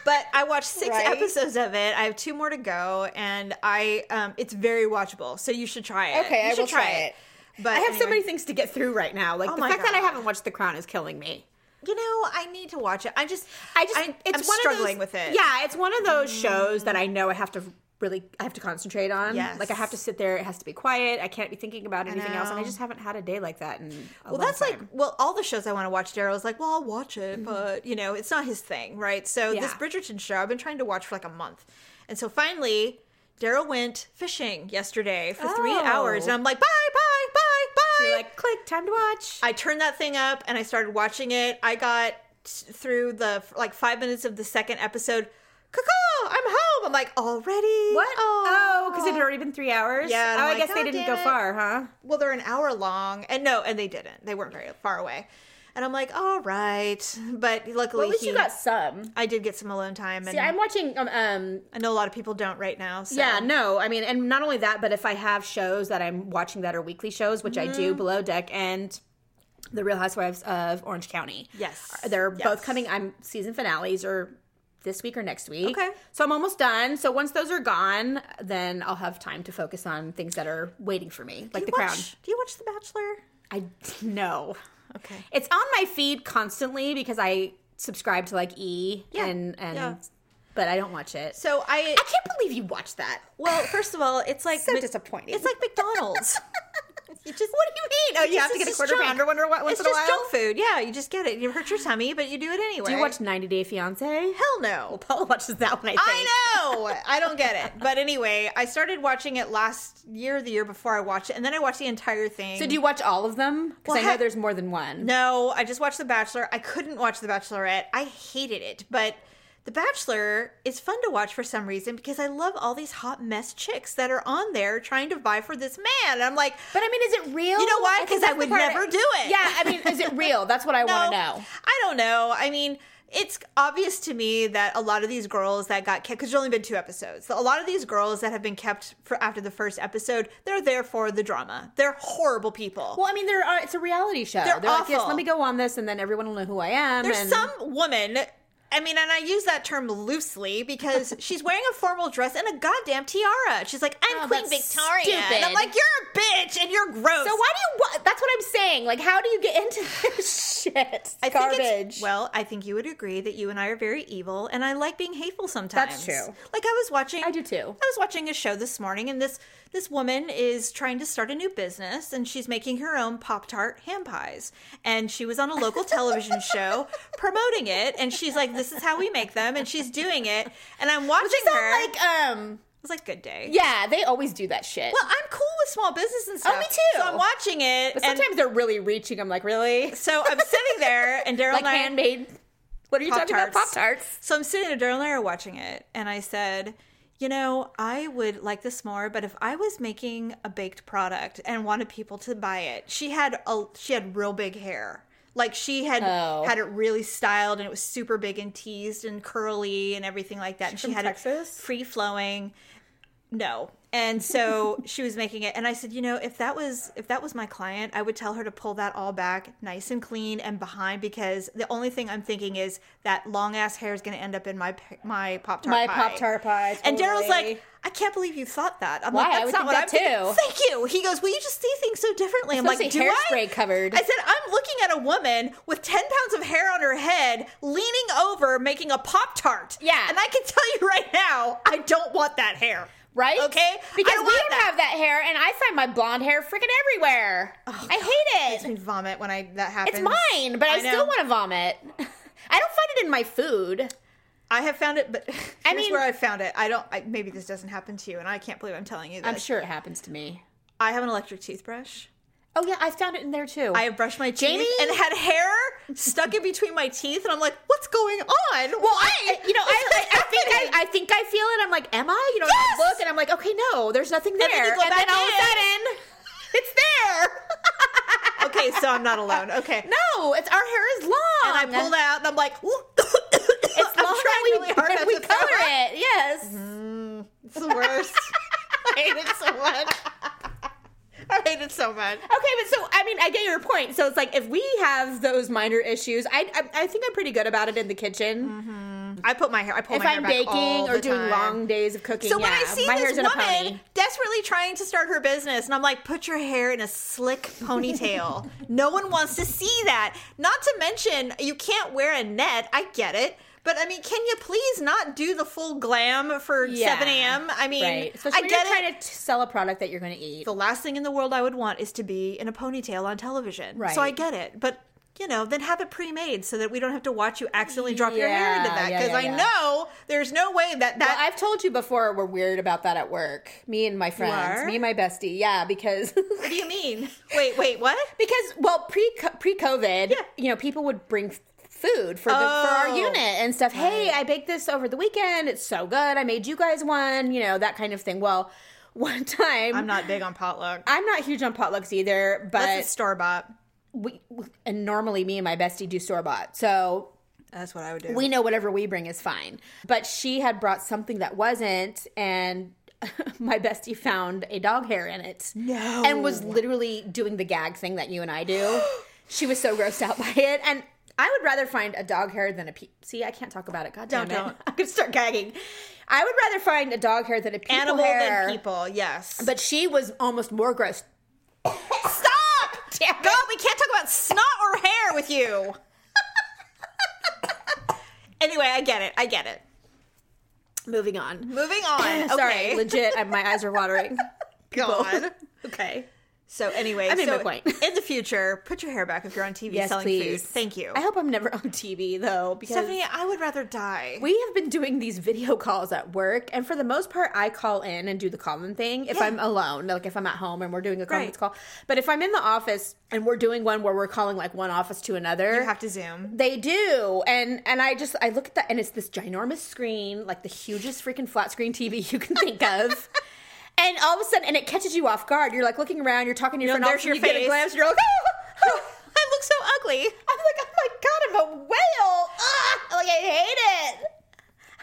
but I watched six Right. episodes of it. I have two more to go, and I um, it's very watchable. So you should try it. Okay, you I should will try it. But I have so anyway. many things to get through right now. Like Oh the my fact that I God. haven't watched The Crown is killing me. You know, I need to watch it. I just I just it's it's am one struggling of those, with it. Yeah, it's one of those shows that I know I have to really I have to concentrate on. Yes. Like I have to sit there, it has to be quiet. I can't be thinking about anything else. And I know. just haven't had a day like that in a Well, long that's time. like well, all the shows I want to watch. Daryl's like, well, I'll watch it, but you know, it's not his thing, right? So this Yeah. Bridgerton show, I've been trying to watch for like a month, and so finally, Daryl went fishing yesterday for three Oh. hours, and I'm like, bye, bye, bye, bye. You're like click, time to watch. I turned that thing up and I started watching it. I got t- through the like five minutes of the second episode. Caw-caw, I'm home. I'm like already. what? Oh, because it had already been three hours. Yeah, and Oh, I'm I like, guess they God didn't damn go it. far, huh? Well, they're an hour long, and no, and they didn't. They weren't very far away. And I'm like, all right, but luckily he- some. I did get some alone time, and watching um, um I know a lot of people don't right now. So. Yeah, no, I mean, and not only that, but if I have shows that I'm watching that are weekly shows, which I Mm-hmm. do, Below Deck and The Real Housewives of Orange County. Yes. They're Yes. both coming. I'm season finales or this week or next week. Okay. So I'm almost done. So once those are gone, then I'll have time to focus on things that are waiting for me, like Do you The Crown. watch- Do you watch The Bachelor? I no. Okay. It's on my feed constantly because I subscribe to like E Yeah, and and yeah. but I don't watch it. So I I can't believe you watched that. well, first of all, it's like So disappointing. It's like McDonald's. you just What do you mean? Oh, you It's have just- to get a it's quarter junk. pounder wonder what once it's in a just while. junk food. Yeah, you just get it. It hurts your tummy, but you do it anyway. Do you watch 90 Day Fiance? Hell no. Paula watches that one. I think. I know. I don't get it. But anyway, I started watching it last year, the year before I watched it, and then I watched the entire thing. So do you watch all of them? Because Well, I know heck- there's more than one. No, I just watched The Bachelor. I couldn't watch The Bachelorette. I hated it, but The Bachelor is fun to watch for some reason because I love all these hot mess chicks that are on there trying to vie for this man. And I'm like, But I mean, is it real? You know why? think 'Cause I that's the would part never do it. Yeah, I mean, is it real? That's what I want to know. I don't know. I mean, it's obvious to me that a lot of these girls that got kept because there's only been two episodes. A lot of these girls that have been kept for after the first episode, they're there for the drama. They're horrible people. Well, I mean, there are. It's a reality show. They're like, yes, awful. let me go on this, and then everyone will know who I am. There's and some woman, I mean, and I use that term loosely because she's wearing a formal dress and a goddamn tiara. She's like, I'm Oh, Queen that's Victoria. And I'm stupid. like, you're a bitch and you're gross. So why do you? Wa- that's what I'm saying. Like, how do you get into this shit? I think it's- Garbage. well, I think you would agree that you and I are very evil, and I like being hateful sometimes. true. Like I was watching, I do too. I was watching a show this morning, and this this woman is trying to start a new business, and she's making her own Pop Tart ham pies, and she was on a local television show promoting it, and she's like, "This is how we make them," and she's doing it, and I'm watching It's not her. like um. it was like good day. Oh, Yeah, they always do that shit. Well, I'm cool with small business and stuff. me too. So I'm watching it, but and sometimes they're really reaching. I'm like, really? so I'm sitting there, and Daryl Like and I handmade. What are you talking about? Pop Pop-Tarts. tarts. So I'm sitting there, Daryl and I are watching it, and I said, you know, I would like this more, but if I was making a baked product and wanted people to buy it, she had a she had real big hair. Like she had Oh. had it really styled and it was super big and teased and curly and everything like that. and she from had Texas? it free flowing. No. And so she was making it and I said, "You know, if that was if that was my client, I would tell her to pull that all back nice and clean and behind because the only thing I'm thinking is that long ass hair is going to end up in my p- my pop tart My pie." Pop-Tart pie, And Daryl's totally. like, "I can't believe you thought that." I'm Why? like, I "That's would not what think that I'm too." thinking." Thank you. He goes, "Well, you just see things so differently." I'm like, supposed "Do to say I?" hairspray covered. I said, "I'm looking at a woman with 10 pounds of hair on her head, leaning over, making a pop tart." Yeah. And I can tell you right now, I don't want that hair. Right? Okay. Because I don't we want don't that. have that hair, and I find my blonde hair freaking everywhere. Oh, I hate Makes it. me vomit when I that happens. It's mine, but I, know. still want to vomit. I don't find it in my food. I have found it, but I here's mean- where I found it. I don't. I, maybe this doesn't happen to you, and I can't believe I'm telling you this. I'm sure it happens to me. I have an electric toothbrush. Oh yeah, I found it in there too. I brushed my teeth Jamie? and had hair stuck in between my teeth, and I'm like, "What's going on?" well, Oh, I, you know, I, I, I think I, I think I feel it. I'm like, am I? You know, Yes! I look and I'm like, okay, no, there's nothing there. then you go back all in. of a sudden, it's there. okay, so I'm not alone. Okay, No, it's our hair is long. and I pulled out, and I'm like, Oh, It's I'm long trying that we, really hard that not we to color throw up. it. Yes. "It's the worst. I hate it so much. I hate it so much." Okay, but so I mean, I get your point. So it's like if we have those minor issues, I I, I think I'm pretty good about it in the kitchen. I put my hair. I pull If my hair I'm Mm-hmm. back all baking or the doing time. long days of cooking, So when I yeah, see my this hair's in a pony. woman desperately trying to start her business, and I'm like, put your hair in a slick ponytail. no one wants to see that. Not to mention, you can't wear a net. I get it. But I mean, can you please not do the full glam for Yeah. 7 a.m.? I mean, right? I Especially when get you're it. trying to t- sell a product that you're going to eat. the last thing in the world I would want is to be in a ponytail on television. Right. So I get it. But, you know, then have it pre made so that we don't have to watch you accidentally drop your hair into Yeah, that. yeah, Because yeah, I yeah. know there's no way that that. Well, I've told you before we're weird about that at work. Me and my friends, are? me and my bestie, yeah, because what do you mean? Wait, wait, what? because well pre pre COVID, you know, people would bring f- food for the, for Oh. our unit and stuff. Hey, I baked this over the weekend. It's so good. I made you guys one. You know that kind of thing. Well, one time I'm not big on potluck. I'm not huge on potlucks either, That's a but store bought. we, and normally me and my bestie do store bought. So That's what I would do. we know whatever we bring is fine. But she had brought something that wasn't, and my bestie found a dog hair in it. No. And was literally doing the gag thing that you and I do. she was so grossed out by it. And I would rather find a dog hair than a pe- see. I can't talk about it. God damn Don't, it! don't. I'm gonna start gagging. I would rather find a dog hair than a people animal hair. than people. Yes, But she was almost more grossed stop! damn it. Go. We can't talk about snot or hair with you. anyway, I get it. I get it. Moving on. Moving on. Sorry, okay. legit, I, my eyes are watering. God. okay. So anyway, I made so my point. in the future, put your hair back if you're on TV Yes, selling please. food. Thank you. I hope I'm never on TV though, because Stephanie, I would rather die. we have been doing these video calls at work, and for the most part, I call in and do the common thing if Yeah. I'm alone, like if I'm at home and we're doing a conference Right. call. But if I'm in the office and we're doing one where we're calling like one office to another, you have to zoom. They do, and and I just I look at that, and it's this ginormous screen, like the hugest freaking flat screen TV you can think of. And all of a sudden, and it catches you off guard. You're like looking around, you're talking to your No, friend. there's all of a sudden your face. you get a glance. You're like, oh, I look so ugly. I'm like, oh my god, I'm a whale. Ah, like I hate it.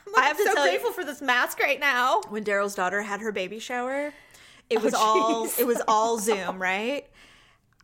I'm like, I have am to so tell you- grateful for this mask right now. When Daryl's daughter had her baby shower, it was Oh, jeez. all it was all Zoom, right?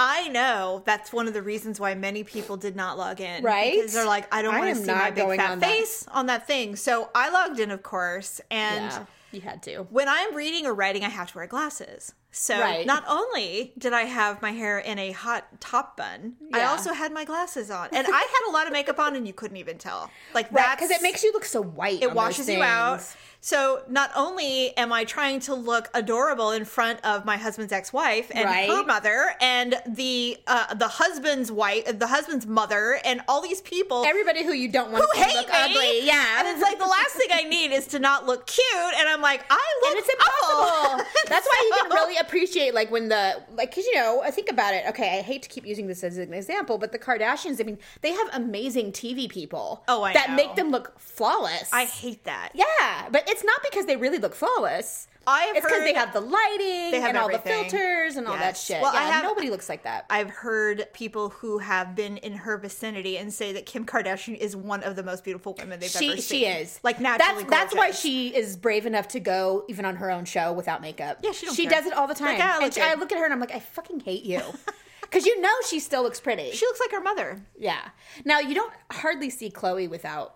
I know that's one of the reasons why many people did not log in, Right? Because they're like, I don't I want am to see my not big going fat on that. face on that thing. So I logged in, of course, and. Yeah, you had to. when I'm reading or writing, I have to wear glasses. So Right. not only did I have my hair in a hot top bun, I Yeah. also had my glasses on, and I had a lot of makeup on, and you couldn't even tell. Like Right, that because it makes you look so white. on it those washes you out. things. So not only am I trying to look adorable in front of my husband's ex-wife and Right. her mother and the uh, the husband's wife, the husband's mother, and all these people. Everybody who you don't want who to see hate look me. ugly, yeah. and it's like the last thing I need is to not look cute, and I'm like, I look. and it's awful. impossible. That's why you can really appreciate like when the like because you know I think about it. Okay, I hate to keep using this as an example, but the Kardashians. I mean, they have amazing TV people. Oh, I that know. make them look flawless. I hate that. yeah, but it's not because they really look flawless. I have It's because heard- they have the lighting They have and all everything. the filters and all that Yes. shit. Well, yeah, I have- nobody looks like that. I've heard people who have been in her vicinity and say that Kim Kardashian is one of the most beautiful women they've she ever seen. she is like naturally. That's that's why gorgeous. she is brave enough to go even on her own show without makeup. Yeah, she don't she care. does it all the time. Like, "Ah, I look and she- I good." look at her and I'm like, I fucking hate you, because you know she still looks pretty. she looks like her mother. yeah. Now you don't hardly see Chloe without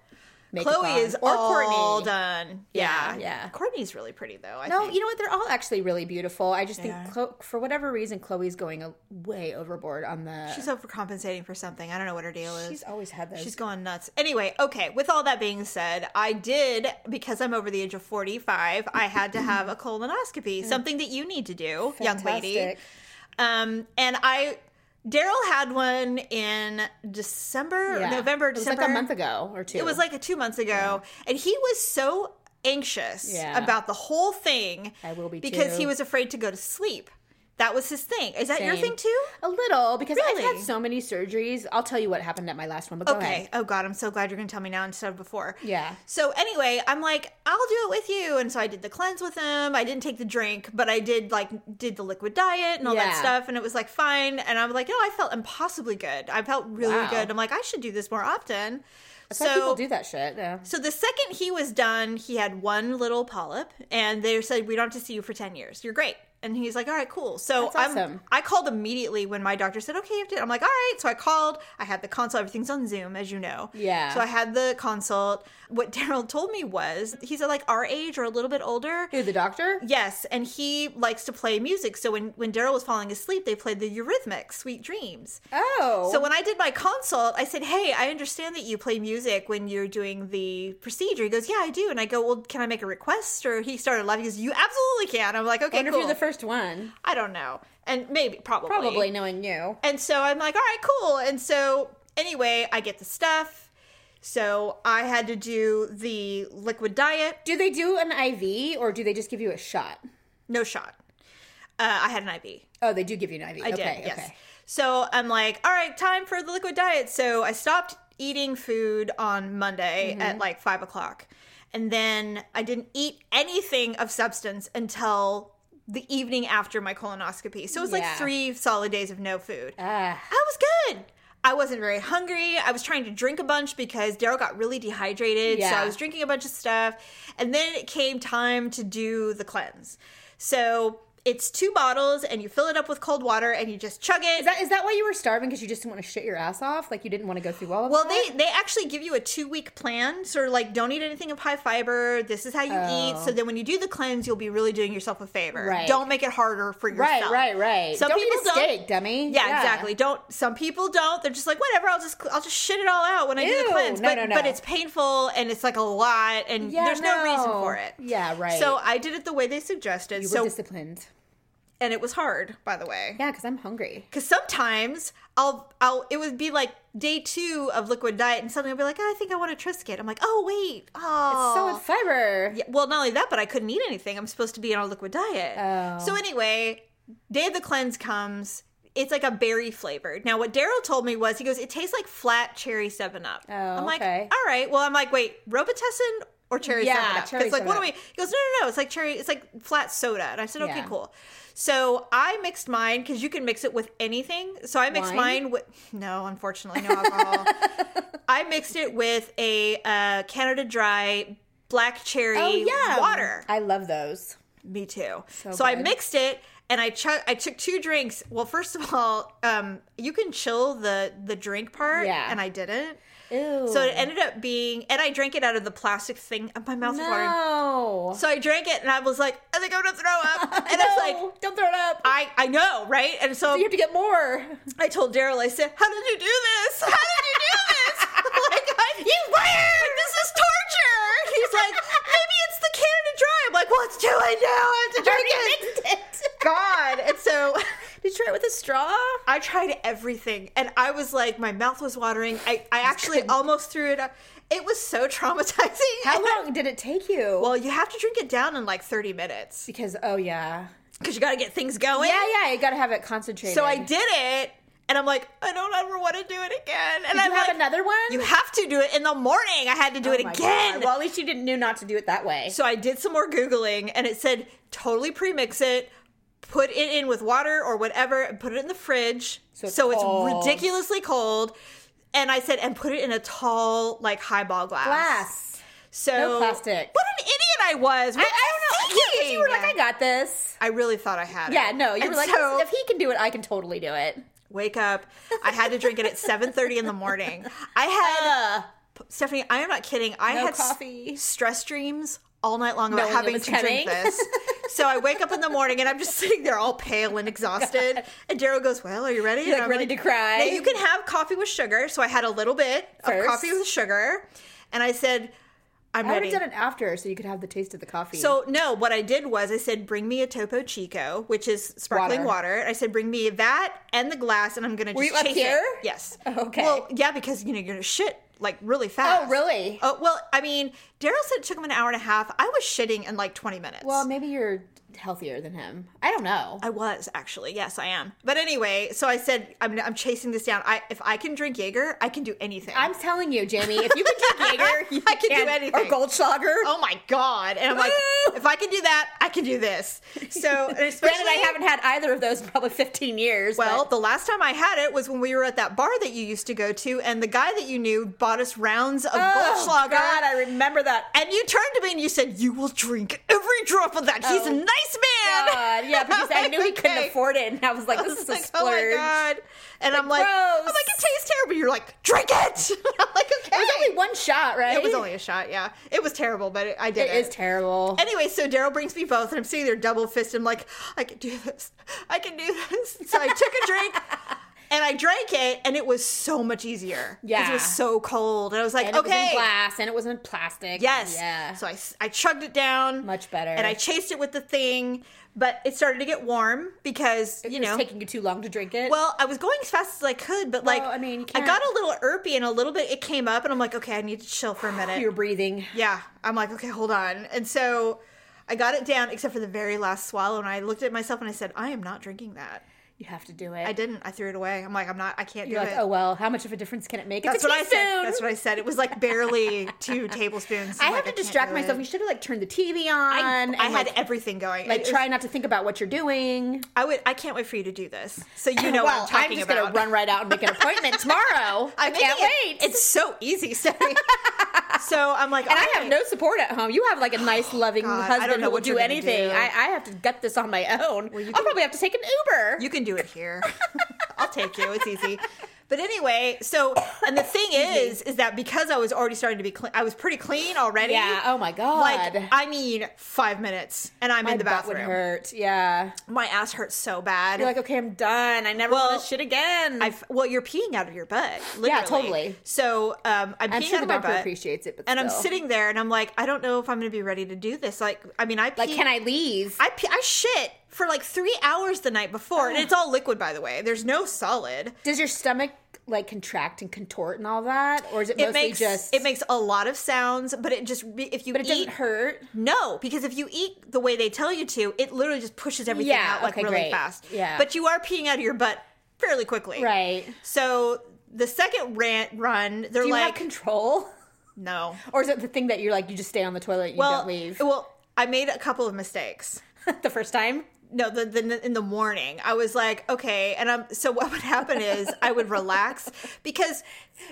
makeup. Chloe on, is or all Courtney. done. Yeah, Yeah, yeah. Courtney's really pretty though. I No, think. you know what? They're all actually really beautiful. I just Yeah. think Chlo- for whatever reason, Chloe's going a- way overboard on the. she's overcompensating for something. I don't know what her deal is. she's always had those. She's going nuts. Anyway, okay, with all that being said, I did, because I'm over the age of 45, I had to have a colonoscopy, something that you need to do, young lady. Mm. Fantastic. Um, and I, Daryl had one in December, Yeah. November, It was December. like a month ago or two. It was like a two months ago, and he was so anxious Yeah. about the whole thing. I will be because too. he was afraid to go to sleep. That was his thing. Is that your Same. thing too? a little because I've Really? had so many surgeries. I'll tell you what happened at my last one. But go ahead. Okay. Oh God, I'm so glad you're gonna tell me now instead of before. Yeah. So anyway, I'm like, I'll do it with you, and so I did the cleanse with him. I didn't take the drink, but I did like did the liquid diet and all that Yeah. stuff, and it was like fine. And I'm like, no, I felt impossibly good. I felt really Wow. good. I'm like, I should do this more often. Some people do that shit. Yeah. So the second he was done, he had one little polyp, and they said, "We don't have to see you for ten years. You're great." And he's like, "All right, cool." So That's I'm, awesome. I called immediately when my doctor said, "Okay, you have to." I'm like, "All right." So I called. I had the consult. Everything's on Zoom, as you know. Yeah. So I had the consult. What Daryl told me was, he's like our age or a little bit older. Who the doctor? Yes, and he likes to play music. So when when Daryl was falling asleep, they played the Eurythmics, "Sweet Dreams." Oh. So when I did my consult, I said, "Hey, I understand that you play music when you're doing the procedure." He goes, "Yeah, I do." And I go, "Well, can I make a request?" Or he started laughing. He goes, "You absolutely can." I'm like, I "Okay, wonder cool." if you're the first one. I don't know, and maybe probably, Probably knowing you. And so I'm like, "All right, cool." And so anyway, I get the stuff. So I had to do the liquid diet, Do they do an IV or do they just give you a shot? no shot. Uh, I had an IV. Oh, they do give you an IV. I okay, did, yes. okay. So I'm like, all right, time for the liquid diet. So I stopped eating food on Monday Mm-hmm. at like five o'clock. And then I didn't eat anything of substance until the evening after my colonoscopy. So it was Yeah. like three solid days of no food. Ah. I was good. I wasn't very hungry. I was trying to drink a bunch because Daryl got really dehydrated. So Yeah. I was drinking a bunch of stuff. And then it came time to do the cleanse. So It's two bottles, and you fill it up with cold water, and you just chug it. Is that is that why you were starving? Because you just didn't want to shit your ass off? Like you didn't want to go through all of Well, that? they they actually give you a two week plan, sort of like don't eat anything of high fiber. This is how you eat. So then when you do the cleanse, you'll be really doing yourself a favor. Oh. Right. Don't make it harder for yourself. Right, right, right. Some Don't people eat a steak, dummy. Yeah, Yeah. exactly. Don't. Some people don't. They're just like whatever. I'll just I'll just shit it all out when I do Ew. the cleanse. No, but no, no. but it's painful and it's like a lot and Yeah, there's no. reason no. for it. Yeah, right. So I did it the way they suggested. you were so disciplined. and it was hard, by the way. Yeah, because I'm hungry. Because sometimes I'll, I'll, it would be like day two of liquid diet, and suddenly I'll be like, "Oh, I think I want a Triscuit. I'm like, oh wait, oh, So it's fiber. yeah, well, not only that, but I couldn't eat anything. I'm supposed to be on a liquid diet. Oh. So anyway, day of the cleanse comes. It's like a berry flavored. Now, what Daryl told me was, he goes, it tastes like flat cherry Seven Up. I'm like, Oh, okay. all right. Well, I'm like, wait, Robitussin or cherry Yeah, Seven Up? cherry Because like, what do 7Up. we? He goes, no, no, no. It's like cherry. It's like flat soda. And I said, okay, Yeah. cool. So I mixed mine because you can mix it with anything. So I mixed Wine? mine with no, unfortunately, no alcohol. I mixed it with a uh, Canada Dry black cherry Oh yeah. water. I love those. Me too. So, I good. mixed it and I chug I took two drinks. Well, first of all, um, you can chill the the drink part, Yeah. and I didn't. Ew. So it ended up being, and I drank it out of the plastic thing. My mouth is watering. no. So I drank it, and I was like, I think I'm gonna throw up. And it's like, No, don't throw it up. I I know, right? And so you have to get more. I told Daryl, I said, "How did you do this? How did you do this? like, I, you weird! This is torture." And He's like, "Maybe it's the Canada Dry." I'm like, "What's do I know? I have to drink it." God, and so Did you try it with a straw? I tried everything, and I was like, my mouth was watering. I I actually almost threw it up. It was so traumatizing. How long did it take you? Well, you have to drink it down in like 30 minutes because oh yeah, because you got to get things going. yeah, yeah. You gotta have it concentrated. So I did it, and I'm like, I don't ever want to do it again. And Did I'm you have like, another one? You have to do it in the morning. I had to do it Oh my again. God. Well, at least you didn't knew not to do it that way. so I did some more Googling and it said totally pre-mix it, put it in with water or whatever, and put it in the fridge. So it's it's, cold. ridiculously cold. And I said, and put it in a tall, like highball glass. Glass. So no plastic. What an idiot I was. What was Yeah, 'cause you were like, I thinking? got this. I really thought I had Yeah, it. no, you And were like, so- if he can do it, I can totally do it. wake up. I had to drink it at 7:30 in the morning. I had Stephanie, I am not kidding. I Uh. No had s- coffee. stress dreams all night long about Knowing it having was to coming. drink this. So I wake up in the morning and I'm just sitting there all pale and exhausted. And Daryl goes, "Well, are you ready?" And Oh like, I'm ready to cry. "No, you can have coffee with sugar. So I had a little bit of First. coffee with sugar, and I said, "I'm I would ready." have done it after, so you could have the taste of the coffee. So no, what I did was I said, "Bring me a Topo Chico, which is sparkling Water. water." I said, "Bring me that and the glass, and I'm gonna just you up chase here? Oh, it." Yes. Okay. Well, yeah, because you know you're gonna shit like really fast. oh really? Oh well, I mean, Daryl said it took him an hour and a half. I was shitting in like 20 minutes. Well, maybe you're healthier than him. I don't know. I was actually. Yes, I am. But anyway, so I said, "I'm, I'm chasing this down. I if I can drink Jaeger, I can do anything." I'm telling you, Jamie, if you can drink Jaeger, you I can do anything. Or Goldschlager. Oh my god! And I'm like, Woo! if I can do that, I can do this. So, and especially Granted, I haven't had either of those in probably 15 years. Well, but- the last time I had it was when we were at that bar that you used to go to, and the guy that you knew bought us rounds of oh, Goldschlager. God, I remember that. and you turned to me and you said, "You will drink every drop of that. He's a nice Oh, man." God, yeah, because I knew he couldn't Okay. afford it, and I was like, "This is a Like, splurge." Oh my god! And I'm like, I'm gross. like, it tastes terrible. You're like, drink it. I'm like, okay. It was only one shot, right? It was only a shot. Yeah, it was terrible, but it, I did. It is terrible. Anyway, so Daryl brings me both, and I'm sitting there double fisted. I'm like, I can do this. I can do this. So I took a drink and I drank it, and it was so much easier. 'Cause Yeah. It was so cold. And I was like, And it okay. was in glass, and it wasn't plastic. Yes. Yeah. So I, s- I chugged it down. Much better. And I chased it with the thing, but it started to get warm because, you it's know. taking you too long to drink it. Well, I was going as fast as I could, but like, Well, I mean, you I got can't- a little irpy and a little bit, it came up, and I'm like, okay, I need to chill for a minute. you're breathing. Yeah. I'm like, okay, hold on. And so I got it down except for the very last swallow. And I looked at myself and I said, I am not drinking that. You have to do it. I didn't. I threw it away. I'm like, I'm not, I can't You're do like, it. oh well, how much of a difference can it make? That's it's a what I said. teaspoon. That's what I said. It was like barely two tablespoons. I I'm like, have to can't distract do myself. it. You should have like turned the TV on. I, and, I had like, everything going. like It was- try not to think about what you're doing. Oh, I would. I can't wait for you to do this. So you know well, what I'm talking just about. gonna run right out and make an appointment tomorrow. I I'm making can't it- wait. It's so easy, Stephanie. so I'm like, And I have no support at home. You have like a nice, loving Oh, God, I don't husband know who will what do you're gonna anything. do. I, I have to get this on my own. you I'll probably have to take an Uber. You can do it here. I'll take you. It's easy. But anyway, so and the thing is, is that because I was already starting to be clean, I was pretty clean already. Yeah, oh my God. Like I mean, five minutes, and I'm in the butt would bathroom. hurt. Yeah. My ass hurts so bad. You're like, okay, I'm done. I never Well, want to shit again. I've, well, you're peeing out of your butt. Literally. Yeah, totally. So um, I'm, I'm peeing out sure the of my doctor butt, appreciates it, but and I'm still. sitting there, and I'm like, I don't know if I'm going to be ready to do this. Like, I mean, I pee, Like, can I leave? I pee, I shit for like three hours the night before, and it's all liquid, by the way. There's no solid. Does your stomach like contract and contort and all that, or is it, It mostly makes just? it makes a lot of sounds, but it just re- if you but it eat doesn't hurt. No, because if you eat the way they tell you to, it literally just pushes everything Yeah, out like okay, really great. fast. Yeah. But you are peeing out of your butt fairly quickly. Right. So the second rant run, they're Do you have like, control, no. or is it the thing that you're like you just stay on the toilet, you Well, don't leave well, I made a couple of mistakes. the first time? No, the, the in the morning, I was like, okay, and I'm so what would happen is I would relax because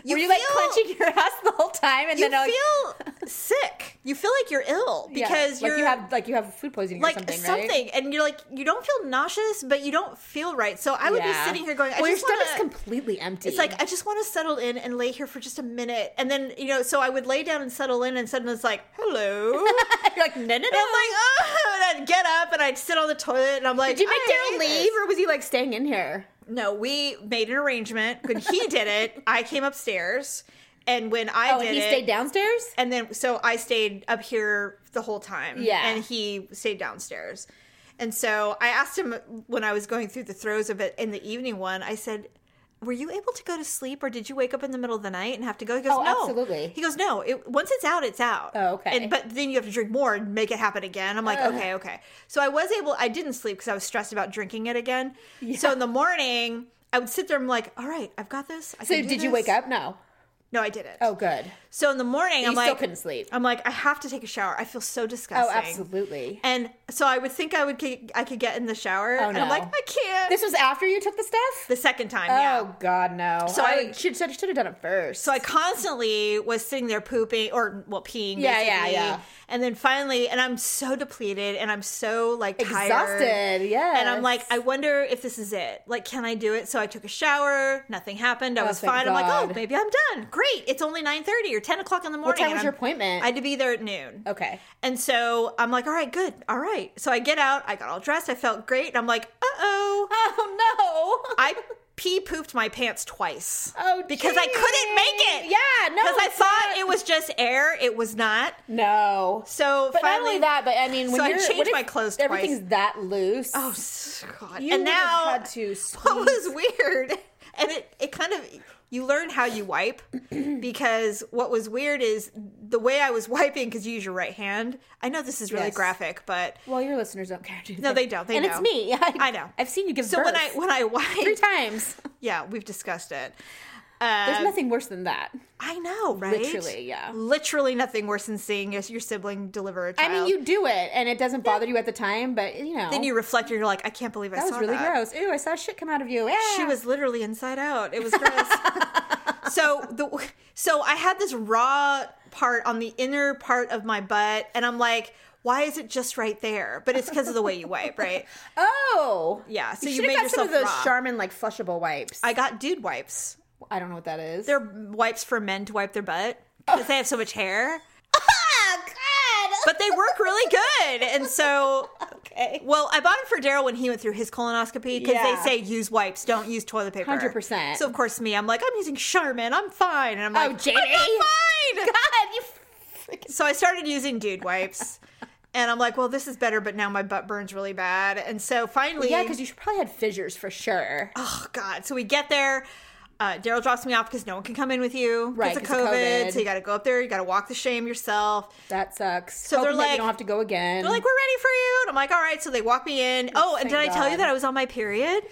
you Were you feel, like clenching your ass the whole time, and you then like, feel sick. You feel like you're ill yeah, because like you're you have like you have food poisoning like or something, something, right? and you're like you don't feel nauseous but you don't feel right so i would be sitting here going I well, just your stomach's wanna, completely empty. it's like i just want to settle in and lay here for just a minute and then you know so i would lay down and settle in and suddenly it's like hello and i'm like you're like no, no, no. oh and i'd get up and i'd sit on the toilet and i'm like Did you "I hate make Daryl this." leave, or was he like staying in here? no we made an arrangement when he did it i came upstairs and when i Oh Oh, did and he it, stayed downstairs. and then so I stayed up here the whole time. Yeah. And he stayed downstairs. And so I asked him when I was going through the throes of it in the evening one, I said, were you able to go to sleep or did you wake up in the middle of the night and have to go? He goes, Oh, no. absolutely. He goes, no. It, once it's out, it's out. Oh, okay. And, but then you have to drink more and make it happen again. I'm like, Ugh. okay, okay. So I was able, I didn't sleep because I was stressed about drinking it again. So in the morning, I would sit there. I'm like, all right, I've got this. I So can do did you this." wake up? No. No, I didn't. Oh, good. So in the morning, I'm you like, still couldn't sleep. I'm like, I have to take a shower. I feel so disgusting. Oh, absolutely. And so I would think I would get, I could get in the shower, and I'm Oh, no. like, I can't. This was after you took the stuff. the second time, yeah. Oh God, no. So I- I, should should have done it first. So I constantly was sitting there pooping or well peeing, Yeah, yeah, basically. yeah. And then finally, and I'm so depleted, and I'm so like tired. exhausted. Yeah. And I'm like, I wonder if this is it. Like, can I do it? So I took a shower. Nothing happened. I was thank fine. I'm like, oh, God. maybe I'm done. Great. It's only 9:30 or 10 o'clock in the morning. what time and was your I'm- appointment? I had to be there at noon. okay. And so I'm like, all right, good, all right. So I get out, I got all dressed, I felt great, and I'm like, uh oh. Oh no. I pee pooped my pants twice. Oh, because I couldn't make gee. it. Yeah, no, Because I it's thought it was just air, it was not. no. So But finally, not only that, but I mean, when So I you're, changed what if my clothes twice. Everything's that loose. Oh, s- God. you and would now, have had to. what squeeze- was weird, and it, it kind of, you learn how you wipe because what was weird is the way I was wiping, because you use your right hand. I know this is really Yes. graphic, but Well, your listeners don't care. Do No, they don't. They and know. it's me. I, I know. I've seen you give so birth when I, when I three wipe, times. yeah, we've discussed it. Uh, There's nothing worse than that. I know, right? Literally, yeah. Literally nothing worse than seeing your, your sibling deliver a I child. mean, you do it, and it doesn't bother you at the time, but you know. then you reflect and you're like, I can't believe I that was saw really that. gross. Ew, I saw shit come out of you. Yeah. She was literally inside out. It was gross. so the so I had this raw part on the inner part of my butt, and I'm like, why is it just right there? But it's because of the way you wipe, right? Oh. Yeah, so you should've made got some of yourself those raw. Charmin like flushable wipes. I got dude wipes. I don't know what that is. They're wipes for men to wipe their butt because they have so much hair. oh, God. But Oh, they work really good, and so okay. Well, I bought it for Daryl when he went through his colonoscopy because Yeah. they say use wipes, don't use toilet paper. 100%. So of course me, I'm like, I'm using Charmin, I'm fine, and I'm like, Oh, Jamie. I'm fine. God, you. freaking- So I started using dude wipes, and I'm like, well, this is better, but now my butt burns really bad, and so finally, Yeah, because you should probably had fissures for sure. oh god. So we get there. Uh, Daryl drops me off because no one can come in with you Right, because of 'cause of COVID. COVID. So you got to go up there. You got to walk the shame yourself. That sucks. So So they're Hoping that like- you don't have to go again. They're like, "We're ready for you," and I'm like, "All right." So they walk me in. Oh, and did Mm. Thank I tell you God. that I was on my period?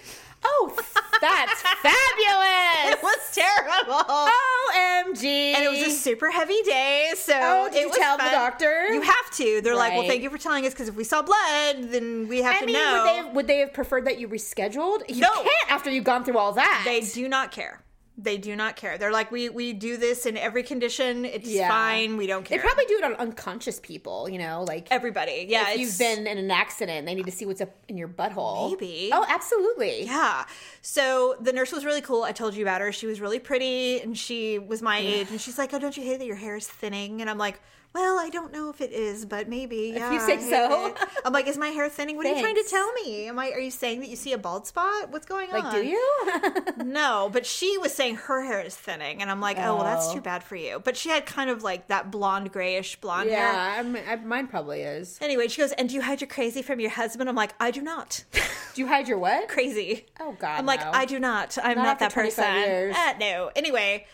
oh, that's It fabulous. was terrible. OMG. And it was a super heavy day, so Oh, did it you was tell the fun. doctor? You have to. They're like, well, Right. thank you for telling us because if we saw blood, then we have I to mean, know. would they have, would they have preferred that you rescheduled? You No. can't after you've gone through all that. They do not care. They do not care. They're like, we we do this in every condition. It's Yeah. fine. We don't They care. probably do it on unconscious people, you know, like Everybody. Yeah. if it's- you've been in an accident, they need to see what's up in your butthole. Maybe. Oh, absolutely. Yeah. So the nurse was really cool. I told you about her. She was really pretty and she was my age. And she's like, Oh, don't you hate that your hair is thinning? And I'm like, Well, I don't know if it is, but maybe. Yeah, you I say hate so. it." I'm like, Is my hair thinning? What are you trying to Thanks. tell me? Am I are you saying that you see a bald spot? What's going on? Like, do you? No, but she was saying her hair is thinning. And I'm like, Oh, well, that's Oh. too bad for you. But she had kind of like that blonde, grayish blonde hair. I mean, I, mine probably is. Anyway, she goes, And do you hide your crazy from your husband? I'm like, I do not. Do you hide your what? crazy. Oh, God, I'm like, no. I do not. I'm not, Not that after 25 person. years. Uh, no. Anyway,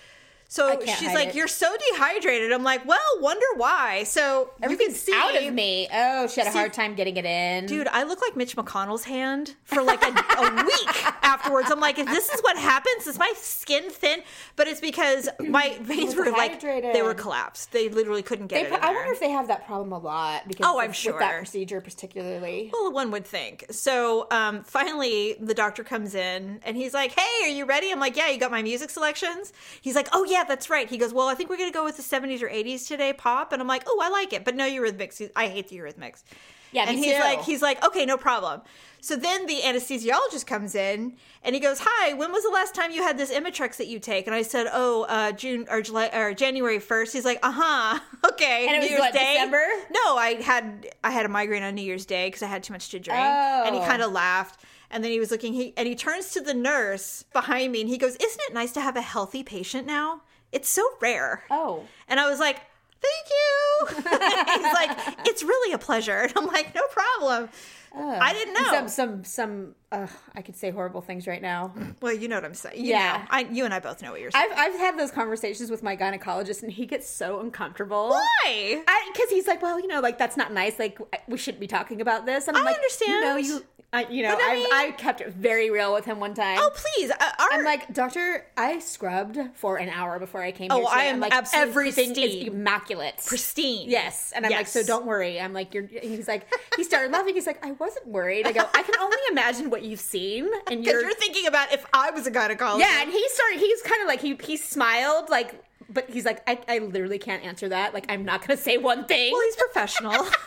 so can't she's hide like, it. You're so dehydrated. I'm like, Well, wonder why. So you can Everything's see out of me. Oh, she had a See- hard time getting it in. Dude, I look like Mitch McConnell's hand for like a, a week afterwards. I'm like, if this is what happens, is my skin thin? But it's because my veins were like they were dehydrated. collapsed. They literally couldn't get They it. pro- in I there. wonder if they have that problem a lot because Oh, I'm with sure. that procedure particularly. Well, one would think. So um, finally, the doctor comes in and he's like, Hey, are you ready? I'm like, Yeah, you got my music selections? He's like, Oh, yeah, that's right. He goes, Well, I think we're going to go with the 70s or 80s today, pop. And I'm like, Oh, I like it. But no Eurythmics. I hate the Eurythmics. Yeah, me and he's too. like, he's like, okay, no problem. So then the anesthesiologist comes in and he goes, "Hi, when was the last time you had this Imitrex that you take?" And I said, "Oh, uh, June or July or January 1st. He's like, "Uh huh, okay." And it was, what, December? No, I had I had a migraine on New Year's Day because I had too much to drink, and he Oh. kind of laughed. And then he was looking, he and he turns to the nurse behind me, and he goes, "Isn't it nice to have a healthy patient now? It's so rare." Oh. And I was like, thank you. He's like, it's really a pleasure. And I'm like, no problem. Oh. I didn't know. Some some some uh, I could say horrible things right now. well, you know what I'm saying. You Yeah. know. I, you and I both know what you're saying. I've I've had those conversations with my gynecologist and he gets so uncomfortable. Why? Because he's like, well, you know, like that's not nice. Like I- we shouldn't be talking about this. And I'm I like, understand. You know, you, I, you know, But I I, mean- I, kept it very real with him one time. oh, please. Uh, our, I'm like, doctor, I scrubbed for an hour before I came. Oh, here today. I am I'm like, absolutely everything pristine. is immaculate, pristine. Yes, and I'm like, so Yes. don't worry. I'm like, you're. And he's like, he started laughing. He's like, I wasn't worried. I go, I can only imagine what you've seen, and Because you're, you're, thinking about if I was a gynecologist. yeah. And he started. He's kind of like he he smiled like, but he's like, I, I literally can't answer that. Like, I'm not gonna say one thing. Well, he's professional.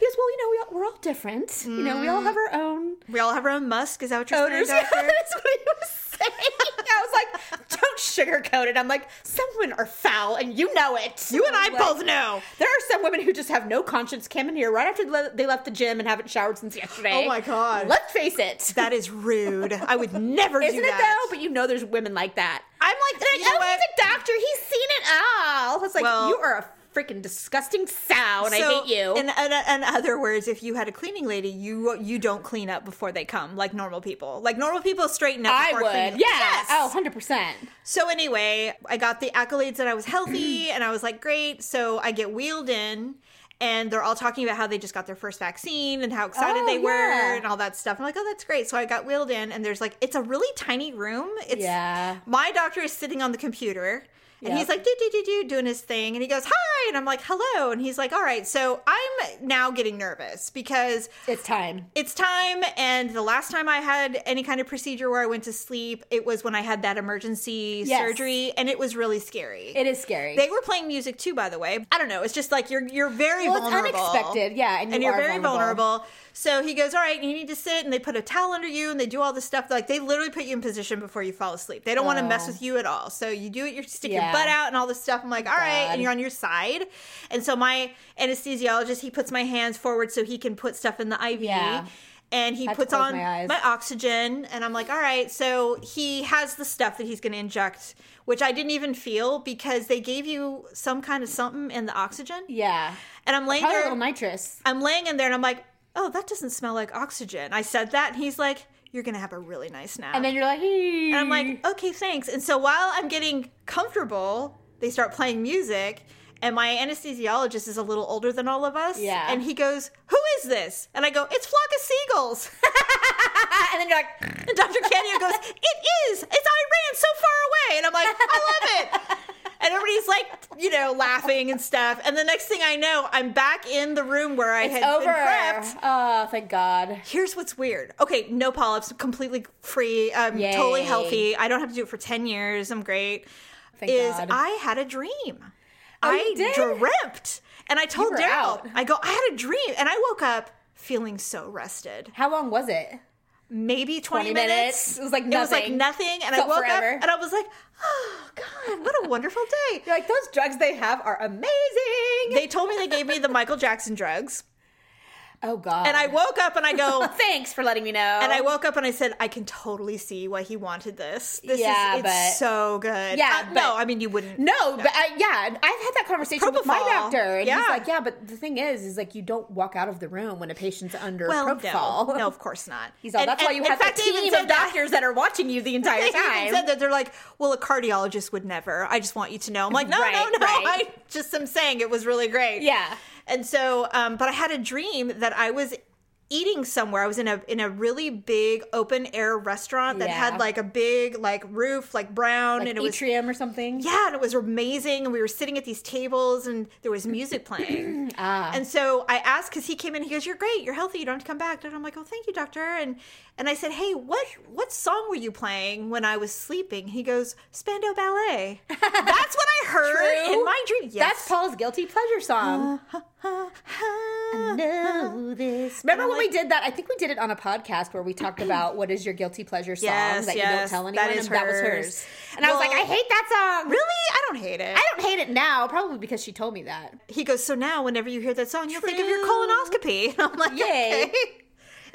He goes, well, you know, we all, we're all different. You know, Mm. we all have our own we all have our own musk. Is that what you're odors. saying, That's what doctor? he was saying. I was like, don't sugarcoat it. I'm like, some women are foul, and you know it. You and I Like, both know. There are some women who just have no conscience, came in here right after le- they left the gym and haven't showered since yesterday. Oh my God. Let's face it. That is rude. I would never Isn't do it that. though? But you know there's women like that. I'm like, They're like, you know oh, what? he's a doctor. He's seen it all. It's like, Well- you are a freaking disgusting sow, and I So, hate you. In, in, in other words, if you had a cleaning lady, you you don't clean up before they come, like normal people. Like normal people straighten up. I before would. cleaning- Yeah. Oh, 100%. So anyway, I got the accolades that I was healthy, and I was like, great. So I get wheeled in. And they're all talking about how they just got their first vaccine and how excited Oh, they were yeah. and all that stuff. I'm like, oh, that's great. So I got wheeled in, and there's like, it's a really tiny room. It's Yeah. my doctor is sitting on the computer and Yep. he's like do do do do doing his thing and he goes hi and i'm like hello and he's like all right so i'm now getting nervous because It's time. it's time and the last time i had any kind of procedure where i went to sleep it was when i had that emergency Yes. surgery and it was really scary It is scary. they were playing music too by the way i don't know it's just like you're you're very well, it's vulnerable unexpected. Yeah. And, you and you're are very vulnerable. So he goes, All right, you need to sit. And they put a towel under you and they do all this stuff. Like they literally put you in position before you fall asleep. They don't want to mess Oh. with you at all. So you do it, you stick your Yeah. butt out and all this stuff. I'm like, "All right," And God. you're on your side. And so my anesthesiologist, he puts my hands forward so he can put stuff in the IV. Yeah. And he Had to puts close on my eyes. my oxygen, and I'm like, all right. So he has the stuff that he's going to inject, which I didn't even feel because they gave you some kind of something in the oxygen. Yeah. And I'm laying Probably a there. little nitrous. I'm laying in there and I'm like, oh, that doesn't smell like oxygen. I said that, and he's like, you're gonna have a really nice nap. And then you're like, hey. And I'm like, okay, thanks. And so while I'm getting comfortable, they start playing music, and my anesthesiologist is a little older than all of us. Yeah. And he goes, who is this? And I go, it's Flock of Seagulls. "Ah," and then you're like, And Dr. Canyon goes, It is! It's I ran so far away. And I'm like, I love it. And And everybody's like, you know, laughing and stuff. And the next thing I know, I'm back in the room where I had Over. been prepped. Oh, thank God. Here's what's weird. Okay, no polyps, completely free, um, Yay. totally healthy. I don't have to do it for 10 years. I'm great. Thank is God. Oh, I had a dream. I you did? dreamt. And I told were Daryl, out. I go, I had a dream. And I woke up feeling so rested. How long was it? Maybe 20, 20 minutes. minutes. It was like It was like nothing. nothing. And Felt I woke forever. up and I was like, oh, God, what a wonderful day. You're like, those drugs they have are amazing. They told me they gave me the Michael Jackson drugs. oh, God. And I woke up and I go, Thanks for letting me know. and I woke up and I said, I can totally see why he wanted this. This Yeah, is it's but- so good. Yeah, Uh, but- no, I mean you wouldn't. No, but I, yeah, and I've had that conversation with my Propofol. doctor, and Yeah. he's like, "Yeah, but the thing is, is like you don't walk out of the room when a patient's under well, propofol." no, no, of course not. He's all, And- "That's why and you in have the fact, they even team said of that- doctors that are watching you the They entire even time." said that they're like, well, a cardiologist would never. I just want you to know. I'm like, no, Right, no, no. right. I just am saying it was really great. Yeah. And so, um, but I had a dream that I was eating somewhere. I was in a in a really big open air restaurant that Yeah. had like a big like roof, like brown, like and it was atrium or something. yeah, and it was amazing. And we were sitting at these tables, and there was music playing. ah. And so I asked because he came in. He goes, "You're great. You're healthy. You don't have to come back." And I'm like, "Oh, thank you, doctor." And and I said, "Hey, what what song were you playing when I was sleeping?" He goes, "Spando Ballet." That's what I heard True. in my dream. Yes. That's Paul's guilty pleasure song. know this. Uh-huh. Remember when we did that? I think we did it on a podcast where we talked about what is your guilty pleasure song Yes, that you don't yes, tell anyone. that is and that was hers. hers. And I was like, Well- I hate that song. really. I don't hate it. I don't hate it now, probably because she told me that. he goes, so now whenever you hear that song, you'll think of your True. colonoscopy. And I'm like, Yay. okay.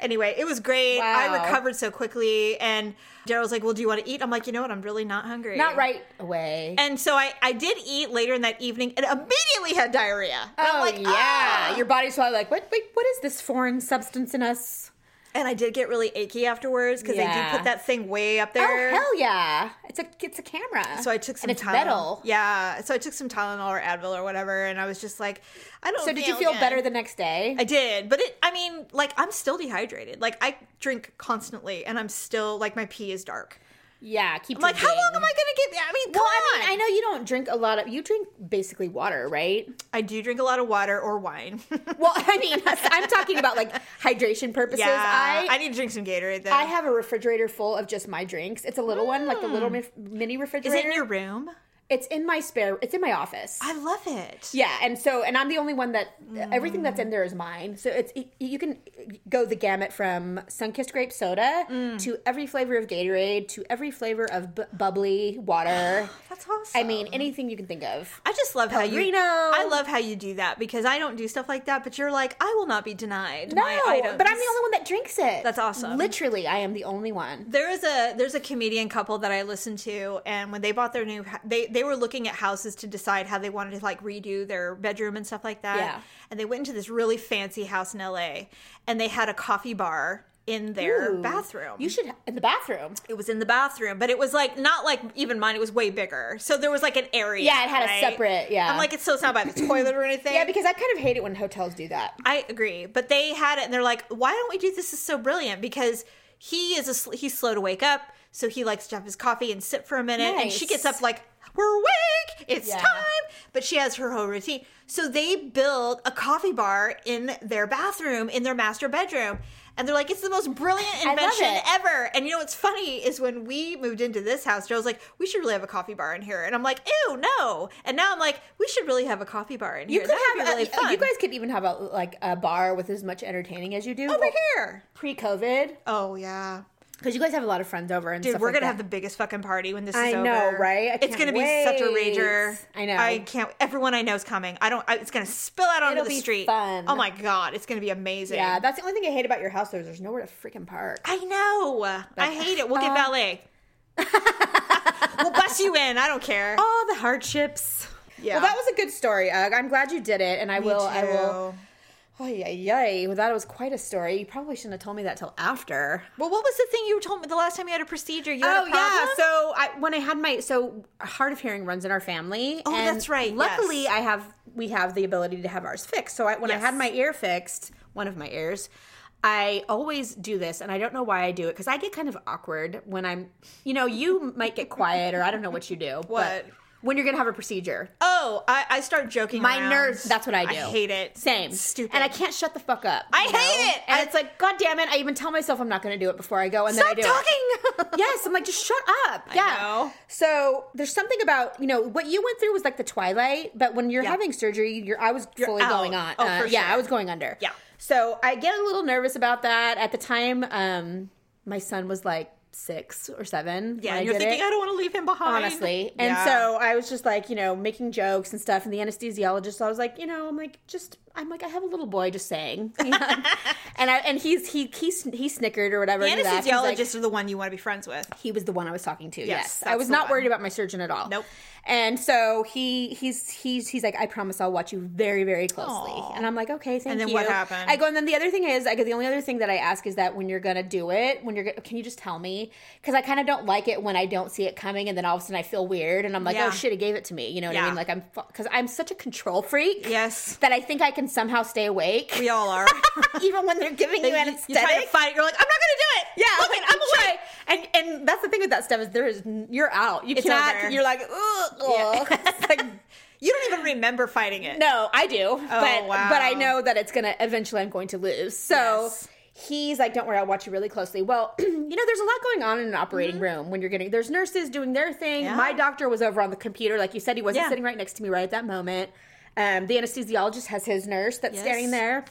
Anyway, it was great. Wow. I recovered so quickly. And Daryl's like, well, do you want to eat? I'm like, you know what? I'm really not hungry. Not right away. And so I, I did eat later in that evening and immediately had diarrhea. And Oh I'm like, yeah, "Ah." your body's probably like, what? Wait, what is this foreign substance in us? And I did get really achy afterwards because they Yeah. do put that thing way up there. Oh hell yeah! It's a it's a camera. So I took some and it's Tylenol. metal. Yeah. So I took some Tylenol or Advil or whatever, and I was just like, I don't. So did you feel good. better the next day? I did, but it. I mean, like I'm still dehydrated. Like I drink constantly, and I'm still like my pee is dark. yeah, keep I'm like, how drinking. long am I gonna get? I mean, come Well, I mean, on. I know you don't drink a lot of. You drink basically water, right? I do drink a lot of water or wine. Well, I mean, I'm talking about like hydration purposes. yeah, I, I need to drink some Gatorade. Then I have a refrigerator full of just my drinks. It's a little one, like the little mi- Mm. mini is refrigerator. it in your room? it's in my spare. It's in my office. I love it. Yeah, and so and I'm the only one that everything that's in there is mine. So it's y- you can go the gamut from sun-kissed grape soda Mm. to every flavor of Gatorade to every flavor of b- bubbly water. That's awesome. I mean, anything you can think of. I just love how you. Pellegrino. I love how you do that because I don't do stuff like that. But you're like, I will not be denied. No, my items. but I'm the only one that drinks it. That's awesome. Literally, I am the only one. there is a there's a comedian couple that I listen to, and when they bought their new, ha- they they were looking at houses to decide how they wanted to like redo their bedroom and stuff like that. Yeah. And they went into this really fancy house in L.A. and they had a coffee bar in their Ooh. bathroom. You should in the bathroom. it was in the bathroom, but it was like not like even mine. It was way bigger, so there was like an area. Yeah, it had a right? separate- yeah. I'm like, it's so it's not by the toilet or anything. Yeah, because I kind of hate it when hotels do that. I agree, but they had it, and they're like, "Why don't we do this? this is so brilliant because he is a sl- he's slow to wake up, so he likes to have his coffee and sit for a minute, and she Nice. gets up like." We're awake. It's Yeah. time. But she has her whole routine. So they built a coffee bar in their bathroom, in their master bedroom. And they're like, it's the most brilliant love invention it. ever. And you know what's funny is when we moved into this house, Joe was like, we should really have a coffee bar in here. And I'm like, ew, no. And now I'm like, we should really have a coffee bar in You here. could That would have be really a, fun. you guys could even have a like a bar with as much entertaining as you do over here. pre-COVID Oh yeah, because you guys have a lot of friends over and dude, stuff we're like gonna that. have the biggest fucking party when this I is over. know, right? I it's can't gonna be such a rager. wait. I know. I can't. Everyone I know is coming. I don't. I, it's gonna spill out onto It'll the be street. fun. Oh my god, it's gonna be amazing. Yeah, that's the only thing I hate about your house. There's there's nowhere to freaking park. I know. I hate it. We'll get valet. we'll bust you in. I don't care. All the hardships. Yeah. Well, that was a good story. Ugg. I'm glad you did it, and I will. I will. Oh yeah, yay! Well, that was quite a story. You probably shouldn't have told me that till after. Well, what was the thing you told me the last time you had a procedure? You had a problem? So I, when I had my so hard of hearing runs in our family. Oh, and that's right, Luckily, yes. I have we have the ability to have ours fixed. So I, when Yes. I had my ear fixed, one of my ears. I always do this, and I don't know why I do it because I get kind of awkward when I'm, you know, you might get quiet or I don't know what you do. but What? when you're gonna have a procedure. Oh, I, I start joking. My around. nerves. That's what I do. I hate it. Same. Stupid. And I can't shut the fuck up. I you hate it. And I- it's like, God damn it! I even tell myself I'm not gonna do it before I go, and Stop then I do. it. talking. yes, I'm like, just shut up. yeah. know. So there's something about you know what you went through was like the twilight, but when you're having surgery, you're I was fully out. going on. Oh, uh, for Yeah, sure. I was going under. Yeah. So I get a little nervous about that. At the time, um, my son was like six or seven. Yeah, when and you're did thinking it I don't want to leave him behind. honestly. And Yeah. so I was just like, you know, making jokes and stuff. And the anesthesiologist, I was like, you know, I'm like, just, I'm like, I have a little boy, just saying. and I, and he's he he sn- he snickered or whatever. the he laughed. He's like- anesthesiologists are the one you want to be friends with. he was the one I was talking to. Yes, I that's was the not one. worried about my surgeon at all. Nope. And so he he's he's he's like, I promise I'll watch you very very closely. And I'm like, okay, thank you. then what happened? I go, and then the other thing is, I go. The only other thing that I ask is that when you're gonna do it, when you're go- can you just tell me? Because I kind of don't like it when I don't see it coming, and then all of a sudden I feel weird, and I'm like, Yeah. oh shit, it gave it to me. You know what I Yeah. mean? Like I'm because I'm such a control freak. Yes. That I think I can somehow stay awake, We all are. even when they're giving you anesthetic. You try to fight it. You're like, I'm not going to do it. Yeah, Look like, it, I'm you away. try- And and that's the thing with that stuff is there is n- you're out. You It's cannot. over. You're like, ugh, ugh. It's like, You don't even remember fighting it. Oh, no, I do, but wow. but I know that it's gonna eventually. I'm going to lose. So. Yes. He's like, don't worry, I'll watch you really closely. Well, you know, there's a lot going on in an operating room when you're getting. There's nurses doing their thing. Mm-hmm. Yeah. My doctor was over on the computer, like you said, he wasn't Yeah. sitting right next to me right at that moment. Um, the anesthesiologist has his nurse that's Yes. standing there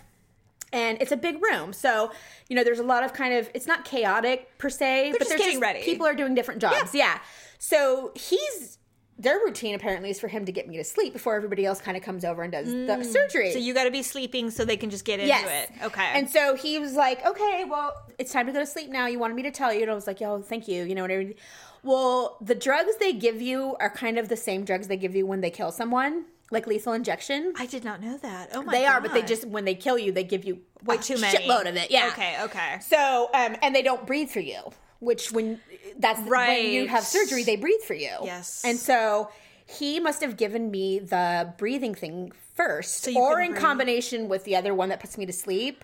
and it's a big room. So, you know, there's a lot of kind of it's not chaotic per se, but just there's getting ready. people are doing different jobs. Yeah. So he's their routine apparently is for him to get me to sleep before everybody else kind of comes over and does the surgery. Mm, So you got to be sleeping so they can just get into yes. it. Okay. And so he was like, "Okay, well, it's time to go to sleep now. You wanted me to tell you." And I was like, "Yo, thank you." You know, and everything. Well, the drugs they give you are kind of the same drugs they give you when they kill someone, like lethal injection. I did not know that. Oh my They are, but they God. just when they kill you, they give you way a too many. shitload of it. Yeah. Okay. Okay. So, um, and they don't breathe for you, which when that's Right. when you have surgery, they breathe for you. Yes. And so he must have given me the breathing thing first, you or couldn't in breathe. combination with the other one that puts me to sleep.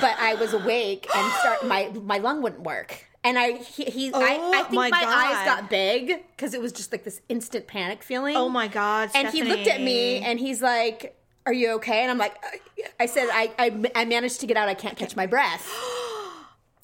But I was awake and start my my lung wouldn't work. And I he, he Oh, I, I think my my, God. eyes got big because it was just like this instant panic feeling. Oh my God. And he looked at me Stephanie. and he's like, "Are you okay?" And I'm like, "I said I I, I managed to get out. I can't catch my breath."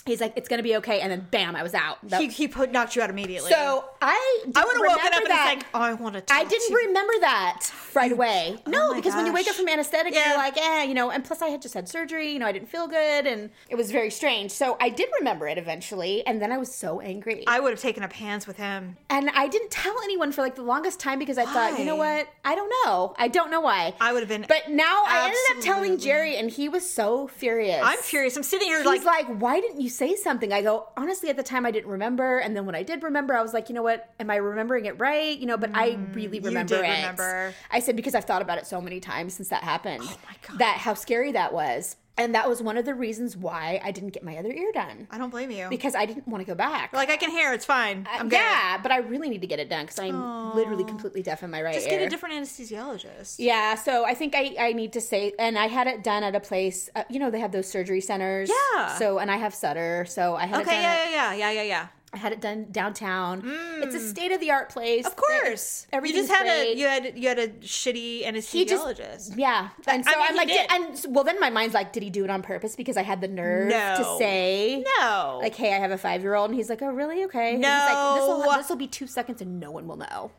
He's like, "It's gonna be okay." And then bam, I was out. That- He, he put knocked you out immediately. so I didn't I would have woken up remember and that. it's like, oh, I want to. I didn't remember that right away. No, my because when you wake up gosh. from anesthetic, Yeah. you're like, eh, you know. And plus, I had just had surgery. You know, I didn't feel good, and it was very strange. So I did remember it eventually, and then I was so angry. I would have taken up hands with him. and I didn't tell anyone for like the longest time because I thought, you know Why? what? I don't know. I don't know why. I would have been. But now I ended up telling Absolutely. Jerry, and he was so furious. I'm furious. I'm sitting here like, He's like, why didn't you say something? I go, honestly, at the time I didn't remember. And then when I did remember, I was like, you know what? Am I remembering it right? You know, but I really remember Mm, did it. remember. I said, because I've thought about it so many times since that happened. Oh my God. That how scary that was. And that was one of the reasons why I didn't get my other ear done I don't blame you. because I didn't want to go back. like I can hear. It's fine. I- I'm good. Uh, yeah, but I really need to get it done because I'm literally completely deaf in my right Just ear. get a different anesthesiologist. Yeah, so I think I, I need to say, and I had it done at a place, uh, you know, they have those surgery centers. Yeah. So, and I have Sutter, so I had it Okay. done. Yeah. at- Yeah. Yeah. Yeah. Yeah. I had it done downtown. It's a state of the art place. Mm. Of course. You everything's just had great. a you had you had a shitty He just- anesthesiologist. yeah, and so I mean, I am he like, did. did. and so- well, then my mind's like, did he do it on purpose? Because I had the nerve to No. say, No. like, hey, I have a five year old, and he's like, oh, really? Okay. And he's like, this will No. this will be two seconds, and no one will know.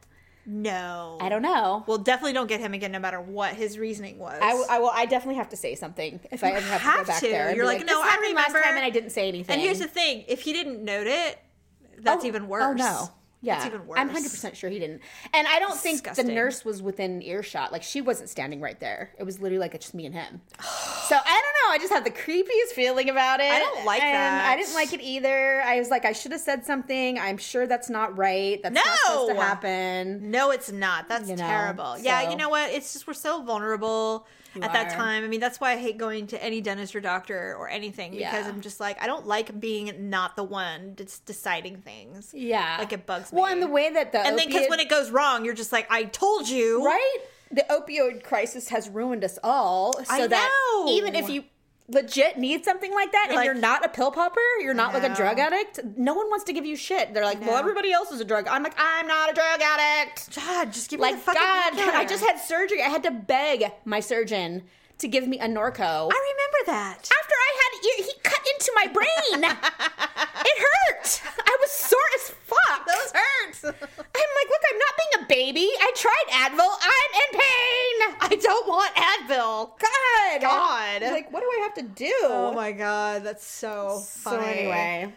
no. I don't know. Well, definitely don't get him again, no matter what his reasoning was. I, w- I will. I definitely have to say something if I ever have, to have go back to. there. and You're be like, "No, "This I happened last time remember." and I didn't say anything. and here's the thing: if he didn't note it, that's Oh, even worse. Oh no, yeah, that's even worse. I'm 100 percent sure he didn't. And I don't think the disgusting. nurse was within earshot. Like she wasn't standing right there. It was literally like it's just me and him. so I don't know. I just had the creepiest feeling about it. I don't like that. I didn't like it either. I was like, I should have said something. I'm sure that's not right. That's not No! supposed to happen. No, it's not. That's You know, terrible. Yeah, so- you know what? It's just we're so vulnerable at that are. time. I mean, that's why I hate going to any dentist or doctor or anything because Yeah. I'm just like I don't like being not the one that's deciding things. Yeah, like it bugs Well, me. and the way that the and then because opiate- when it goes wrong, you're just like, I told you, right the opioid crisis has ruined us all so I that know. even if you legit need something like that and like- you're not a pill popper, you're not like a know. drug addict, no one wants to give you shit. They're like, well, know. everybody else is a drug. I'm like, I'm not a drug addict. God, just give me the Like, God, fucking painkiller. I just had surgery. I had to beg my surgeon to give me a Norco. I remember that. after I had ear, he cut into my brain. it hurt. I was sore as fuck. Those hurts. I'm like, look, I'm not being a baby. I tried Advil. I'm in pain. I don't want Advil. God. God. Like, what do I have to do? Oh my god, that's so funny. So anyway.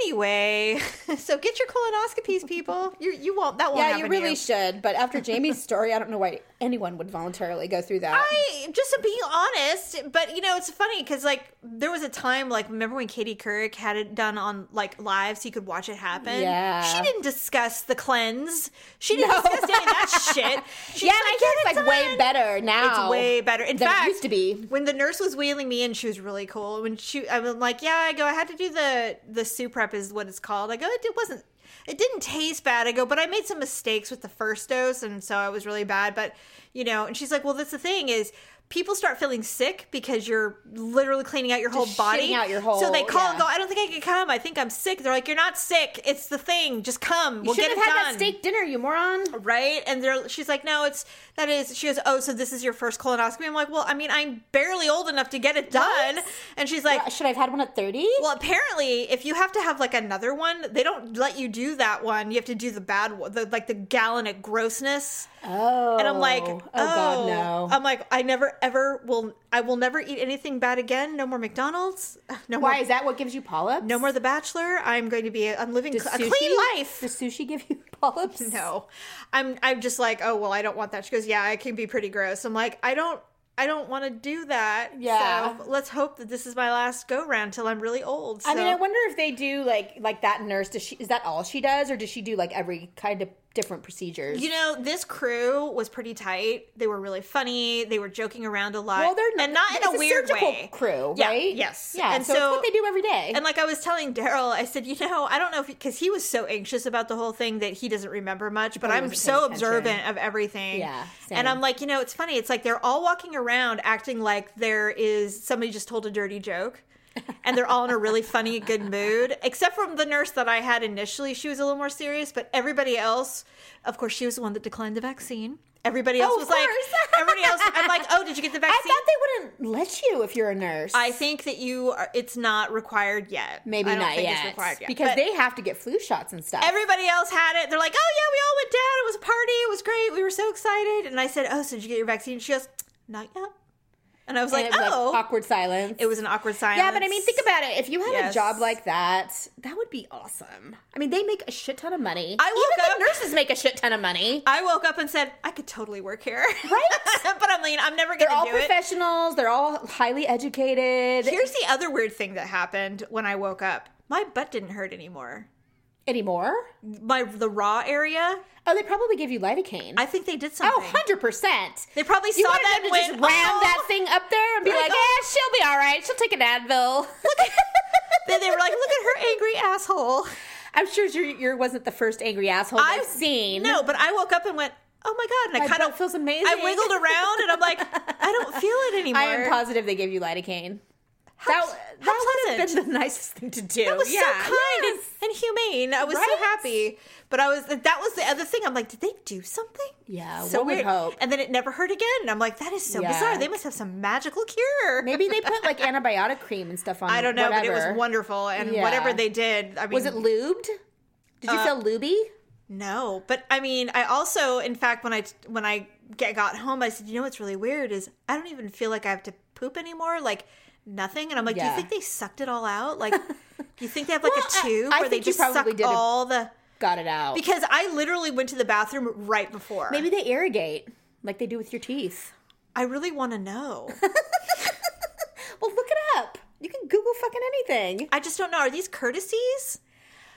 Anyway, so get your colonoscopies, people. You you won't that won't Yeah, happen you to really should. But after Jamie's story, I don't know why anyone would voluntarily go through that. I just to be honest, but you know it's funny because like there was a time like remember when Katie Couric had it done on like live so you could watch it happen. Yeah. she didn't discuss the cleanse. She didn't No. discuss any of that shit. She's yeah, and I "Get guess it's it like way done." better now. It's way better. In than it fact, used to be. when the nurse was wheeling me in, she was really cool. When she, I was like, "Yeah, I go. I had to do the the soup prep is what it's called. I go. It, wasn't. It didn't taste bad. I go, but I made some mistakes with the first dose, and so I was really bad. But you know, and she's like, "Well, that's the thing is." People start feeling sick because you're literally cleaning out your whole body. shitting out your So they whole- call and go, yeah. I don't think I can come. I think I'm sick. They're like, You're not sick. It's the thing. Just come. You We'll should get have it had done that steak dinner, you moron. right? And they're, she's like, no, it's that is. She goes, oh, so this is your first colonoscopy. I'm like, well, I mean, I'm barely old enough to get it done. And she's like, Should I have had one at 30? well, apparently, if you have to have like another one, they don't let you do that one. You have to do the bad one, the, like the gallonic grossness. oh. And I'm like, oh, um, oh, God, no. I'm like, I never ever will. I will never eat anything bad again. No more McDonald's. No Why more. is that what gives you polyps? No more The Bachelor. I'm going to be. A, I'm living Does cl- a clean sushi- life. Does sushi give you polyps? no i'm i'm just like oh well i don't want that she goes yeah i can be pretty gross i'm like i don't i don't want to do that Yeah. so let's hope that this is my last go round till i'm really old so. I mean, I wonder if they do like like that nurse. Does she is that all she does, or does she do like every kind of different procedures? you know this crew was pretty tight they were really funny they were joking around a lot well, they're not, and not in it's a, weird surgical way crew, Yeah, right? yes. yeah. And so, it's so- what they do every day. And like I was telling Daryl, I said, you know, I don't know if because he was so anxious about the whole thing that he doesn't remember much, but he I'm wasn't so paying observant attention. of everything. Yeah, And same. I'm like, you know, it's funny. It's like they're all walking around acting like there is somebody just told a dirty joke. and they're all in a really funny, good mood, except from the nurse that I had initially. She was a little more serious, but everybody else, of course, she was the one that declined the vaccine. Everybody else Oh, was of like, course. everybody else. I'm like, oh, did you get the I vaccine? thought they wouldn't let you if you're a nurse. I think that you are, it's not required yet. maybe I don't not think yet, It's required yet. because But they have to get flu shots and stuff. everybody else had it. They're like, "Oh yeah, we all went down. It was a party. It was great. We were so excited." And I said, "Oh, so did you get your vaccine?" She goes, "Not yet." And I was And like, it was, "Oh." like, awkward silence. it was an awkward silence. Yeah, but I mean, think about it. If you had Yes. a job like that, that would be awesome. I mean, they make a shit ton of money. I woke Even up- the nurses make a shit ton of money. I woke up and said, "I could totally work here." Right? but I mean, I'm never going They're all to do it. professionals. They're all highly educated Here's the other weird thing that happened when I woke up. My butt didn't hurt anymore. anymore. My the raw area. Oh, they probably give you lidocaine. I think they did oh, something. 100%. They probably You saw wanted that them to when just ram that Oh. thing up there and be They're like, like, yeah, she'll be all right. She'll take an Advil. Then they were like, "Look at her angry asshole." I'm sure your, your wasn't the first angry asshole I've, seen. No, but I woke up and went, "Oh my god!" And My I kind of butt feels amazing. I wiggled around and I'm like, "I don't feel it anymore." I am positive they gave you lidocaine. that how that would have pleasant. been the nicest thing to do. That was so kind and- yes. and, humane. I was so Right? happy, but I was that was the other thing. I'm like, did they do something? Yeah, so one would weird. hope. And then it never hurt again. And I'm like, that is so Yeah. bizarre. They must have some magical cure. Maybe they put like antibiotic cream and stuff on. I don't know, but it whatever. was wonderful. And Yeah. whatever they did, I mean, Was it lubed? Did Uh, you feel luby? No, but I mean, I also, in fact, when I when I get, got home, I said, you know what's really weird is I don't even feel like I have to poop anymore, like nothing. And I'm like, do Yeah. you think they sucked it all out? Like, do you think they have like Well, I- a tube I where they think you just suck probably did a- all the? Got it out. Because I literally went to the bathroom right before. Maybe they irrigate like they do with your teeth. I really want to know. Well, look it up. You can Google fucking anything. I just don't know. Are these courtesies?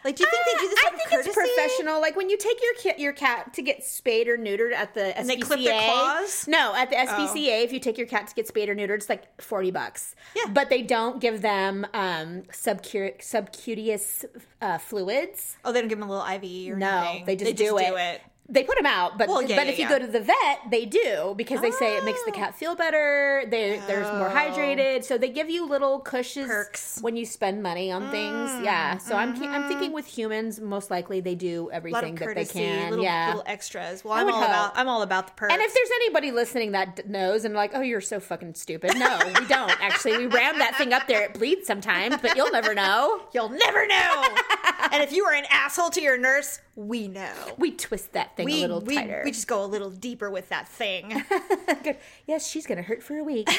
Like, do you think they do this? I out of think courtesy? it's professional. Like when you take your ki- your cat to get spayed or neutered at the SPCA. they clip their claws? No, at the SPCA, if you take your cat to get spayed or neutered, it's like forty bucks. Yeah. but they don't give them um, subcu- subcutaneous uh, fluids. Oh, they don't give them a little IV or No, anything. they just do just it. do it. They put them out, but Well, yeah, but yeah, if you yeah. Oh. go to the vet, they do because they say it makes the cat feel better. They they're more hydrated, so they give you little cushions Perks. Mm, mm-hmm. when you spend money on things. Yeah, so I'm ke- I'm thinking with humans, most likely they A do lot of everything that they courtesy, can. little, yeah, little extras. Well, I I'm would all hope. about I'm all about the perks. and if there's anybody listening that d- knows and like, oh, you're so fucking stupid. No, we don't actually. We ram that thing up there. It bleeds sometimes, but you'll never know. You'll never know. and if you are an asshole to your nurse, we know. We twist that thing a We, little we, tighter. we just go a little deeper with that thing. Good. Yes, she's gonna hurt for a week.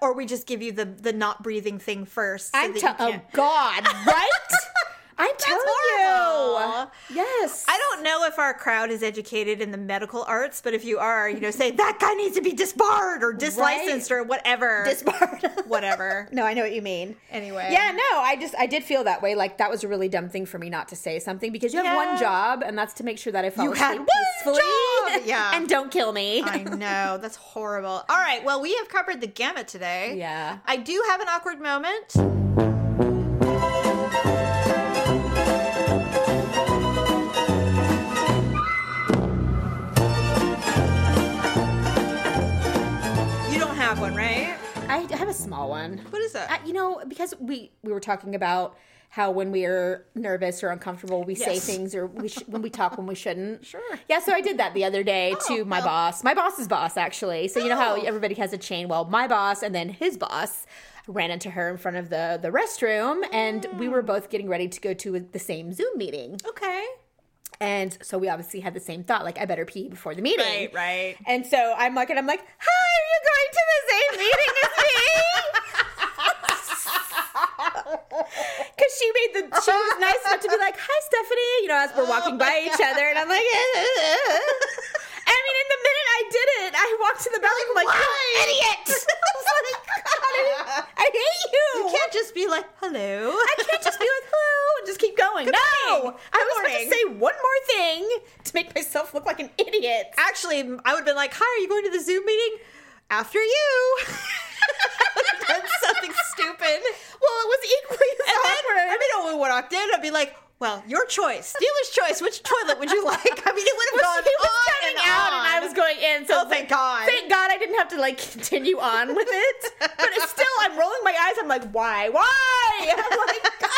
or we just give you the, the not breathing thing first. So I'm that telling. you Oh can't. God, right? I'm telling horrible. you. Yes. I don't know if our crowd is educated in the medical arts, but if you are, you know, say that guy needs to be disbarred or dislicensed or whatever. Disbarred. whatever. no, I know what you mean. Anyway. Yeah, no, I just I did feel that way. Like that was a really dumb thing for me not to say something because you have one Yeah. job, and that's to make sure that I fall You had asleep one peacefully job! Yeah. and don't kill me. I know. That's horrible. All right. Well, we have covered the gamut today. Yeah. I do have an awkward moment. You don't have one, right? I have a small one. What is that? I, you know, because we we were talking about how when we are nervous or uncomfortable, we say Yes. things or we sh- when we talk when we shouldn't. Sure. Yeah, so I did that the other day to Oh, my well. boss, my boss's boss actually. So you know how Oh. everybody has a chain. Well, my boss and then his boss ran into her in front of the the restroom, and we Oh. were both getting ready to go to the same Zoom meeting. okay. And so we obviously had the same thought, like I better pee before the meeting. Right, right. And so I'm like, and I'm like, hi, are you going to the same meeting as me? Because she made the, she was nice enough to be like, hi, Stephanie, you know, as we're walking by each other. And I'm like, "Eh, eh, eh." I mean, in the minute I did it, I walked to the bathroom like, you idiot. I was like, God, I, I hate you. You can't just be like, hello. I can't just be like, hello, and just keep going. no, morning. I Good was going to morning. say one more thing to make myself look like an idiot. Actually, I would have been like, hi, are you going to the Zoom meeting? After you. That's something stupid. Well, it was equally as And awkward. then, I mean, I would walk in. I'd be like, "Well, your choice, dealer's choice. Which toilet would you like?" I mean, it would have Well, gone he was on coming and out, on. and I was going in. So Oh, thank God. Thank God I didn't have to like continue on with it. but it's still, I'm rolling my eyes. I'm like, why, why? I'm like, God.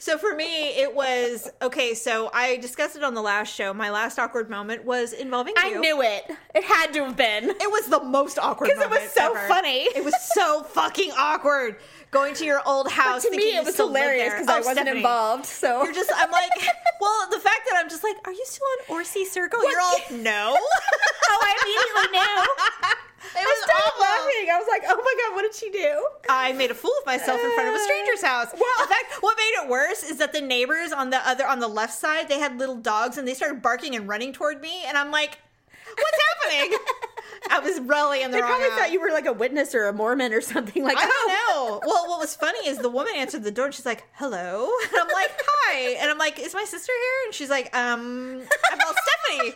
So for me, it was okay. So I discussed it on the last show. My last awkward moment was involving I you. knew it. It had to have been. It was the most awkward 'Cause it moment. was so ever. funny. It was so fucking awkward going to your old house. to me, thinking you it was still lived hilarious there. because Oh, I wasn't Stephanie, involved. So You're just. I'm like, well, the fact that I'm just like, are you still on Orsi Circle? You're all no. oh, I immediately knew. It I was stopped awful. laughing. I was like, oh my God, what did she do? I made a fool of myself in front of a stranger's house. Well, in fact, what made it worse is that the neighbors on the other on the left side they had little dogs and they started barking and running toward me, and I'm like, "What's happening?" I was really in the They wrong. probably house. thought you were like a witness or a Mormon or something like "Oh, I that. don't know. Well, what was funny is the woman answered the door and she's like, "Hello," and I'm like, "Hi," and I'm like, "Is my sister here?" And she's like, "Um, I'm all Stephanie,"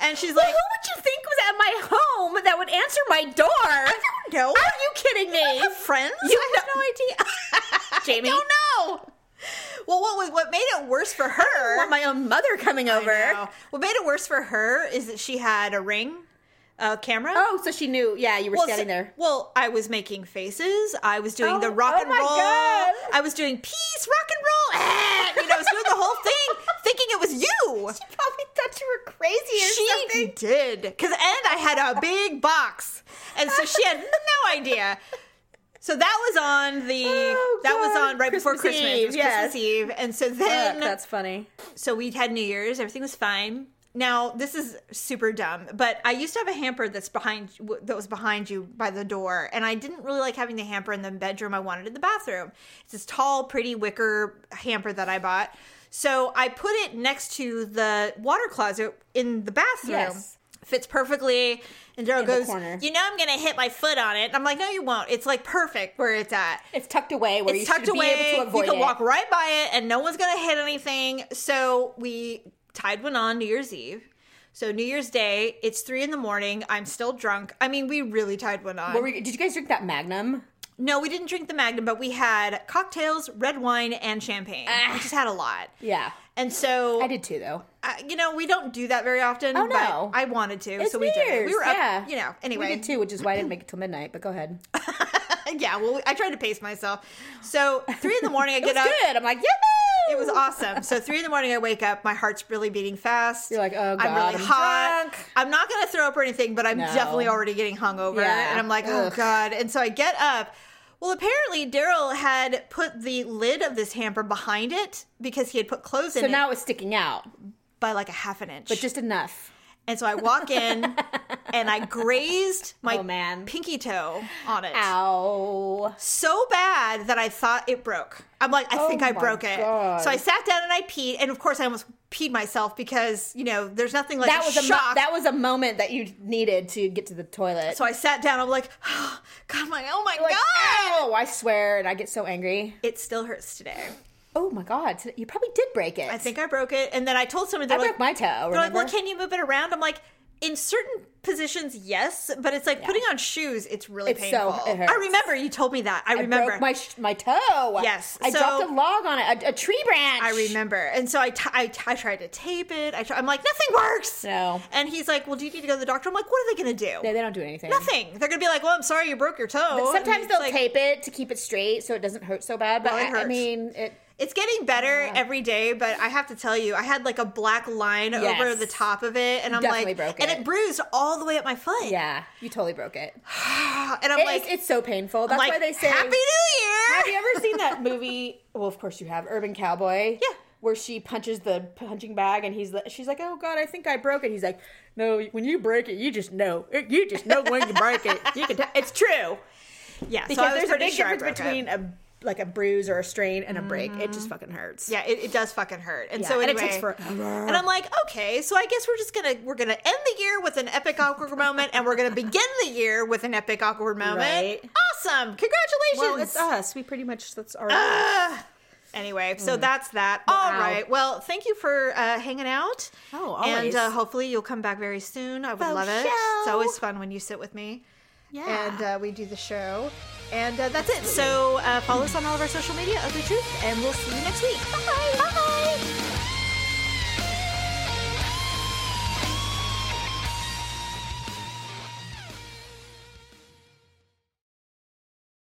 and she's Well, like, who would you think was at my home that would answer my door? I don't know. Are you kidding me? "Friends?" You I have no idea. Jamie. I don't know. Well, what was what made it worse for her? want my own mother coming over. know. What made it worse for her is that she had a ring, a camera. Oh, so she knew. Yeah, you were well, standing so- there. well, I was making faces. I was doing Oh, the rock oh and my roll. God. I was doing peace, rock and roll. eh, you know, I was doing the whole thing, thinking it was you. She probably thought you were crazy She did. Cause and I had a big box. And so she had no idea. So that was on the Oh, that was God. on right before Christmas Christmas. Eve, It was yes. Christmas Eve. And so then that's funny. so we'd had New Year's, everything was fine. Now this is super dumb, but I used to have a hamper that's behind w- that was behind you by the door, and I didn't really like having the hamper in the bedroom. I wanted it in the bathroom. It's this tall, pretty wicker hamper that I bought, so I put it next to the water closet in the bathroom. Yes. Fits perfectly, and Daryl the goes, corner. "You know, I'm gonna hit my foot on it." And I'm like, "No, you won't. It's like perfect where it's at." It's tucked away where it's you tucked should away. be able to avoid you can it. walk right by it, and no one's gonna hit anything. So we tied one on New Year's Eve. So New Year's Day, it's three in the morning. I'm still drunk. I mean, we really tied one on. What were you- did you guys drink that Magnum? No, we didn't drink the Magnum, but we had cocktails, red wine, and champagne. we just had a lot. Yeah. And so, I did too, though. uh, you know, we don't do that very often. Oh, but no. I wanted to, It's so we did. It. New We were up, Year's, yeah. you know. We Anyway, did too, which is why I didn't make it till midnight. But go ahead. yeah. Well, I tried to pace myself. So three in the morning, I It was get up. good. I'm like, yahoo! It was awesome. So three in the morning, I wake up. My heart's really beating fast. You're like, oh, I'm really God, I'm hot. drunk. I'm not gonna throw up or anything, but I'm No. definitely already getting hungover. Yeah. And I'm like, oh Ugh. god. And so I get up. Well, apparently Daryl had put the lid of this hamper behind it because he had put clothes in So it now it's sticking out, by like a half an inch. but just enough. and so I walk in and I grazed my Oh, man. pinky toe on it Ow. so bad that I thought it broke. I'm like, I think I Oh my broke it. God. So I sat down and I peed, and of course I almost peed myself because you know there's nothing like That was a mo- shock. that was a moment that you needed to get to the toilet. so I sat down. I'm like, God, my oh my like, God, ow! I swear, and I get so angry. it still hurts today. Oh my god, so you probably did break it. I think I broke it, and then I told someone I they're like, broke my toe. they're like, Remember? well, can you move it around? I'm like. In certain positions, yes, but it's like putting on shoes. It's really It's so- painful. it hurts. I remember you told me that. I, I remember broke my sh- my toe. Yes, I so- dropped a log on it, a, a tree branch. I remember. And so I, t- I, t- I tried to tape it. I try- I'm like, nothing works. No. And he's like, well, do you need to go to the doctor? I'm like, what are they going to do? No, they don't do anything. nothing. They're going to be like, well, I'm sorry you broke your toe. And Sometimes he's they'll like, tape it to keep it straight so it doesn't hurt so bad. But Well, it I, I hurts. mean, it, It's getting better every day, but I have to tell you, I had like a black line Yes. over the top of it. And I'm Definitely like, broke and it. it bruised all the way up my foot. yeah, you totally broke it. And I'm It- like, it's, it's so painful. That's I'm like, why they say. Happy New Year. have you ever seen that movie? Well, of course you have. Urban Cowboy. Yeah. Where she punches the punching bag and he's li- she's like, "Oh God, I think I broke it." He's like, "No, when you break it, you just know. You just know when you break it. You can. T- it's true." yeah. because so I was there's a pretty big sure I difference broke it. between a like a bruise or a strain and a break. It just fucking hurts. Yeah, it, it does fucking hurt. And Yeah, so and anyway, it takes forever. And I'm like, okay, so I guess we're just gonna we're gonna end the year with an epic awkward moment, and we're gonna begin the year with an epic awkward moment. Right. Awesome! Congratulations. Well, it's uh, us. We pretty much that's our. Ah! anyway, mm. so that's that. All right. Well, thank you for uh, hanging out. Oh, And always. uh, hopefully you'll come back very soon. I would For love it. show. It's always fun when you sit with me. Yeah. And uh, we do the show. And uh, that's it. So uh, follow us on all of our social media, Ugly Truth, and we'll see you next week. Bye. Bye.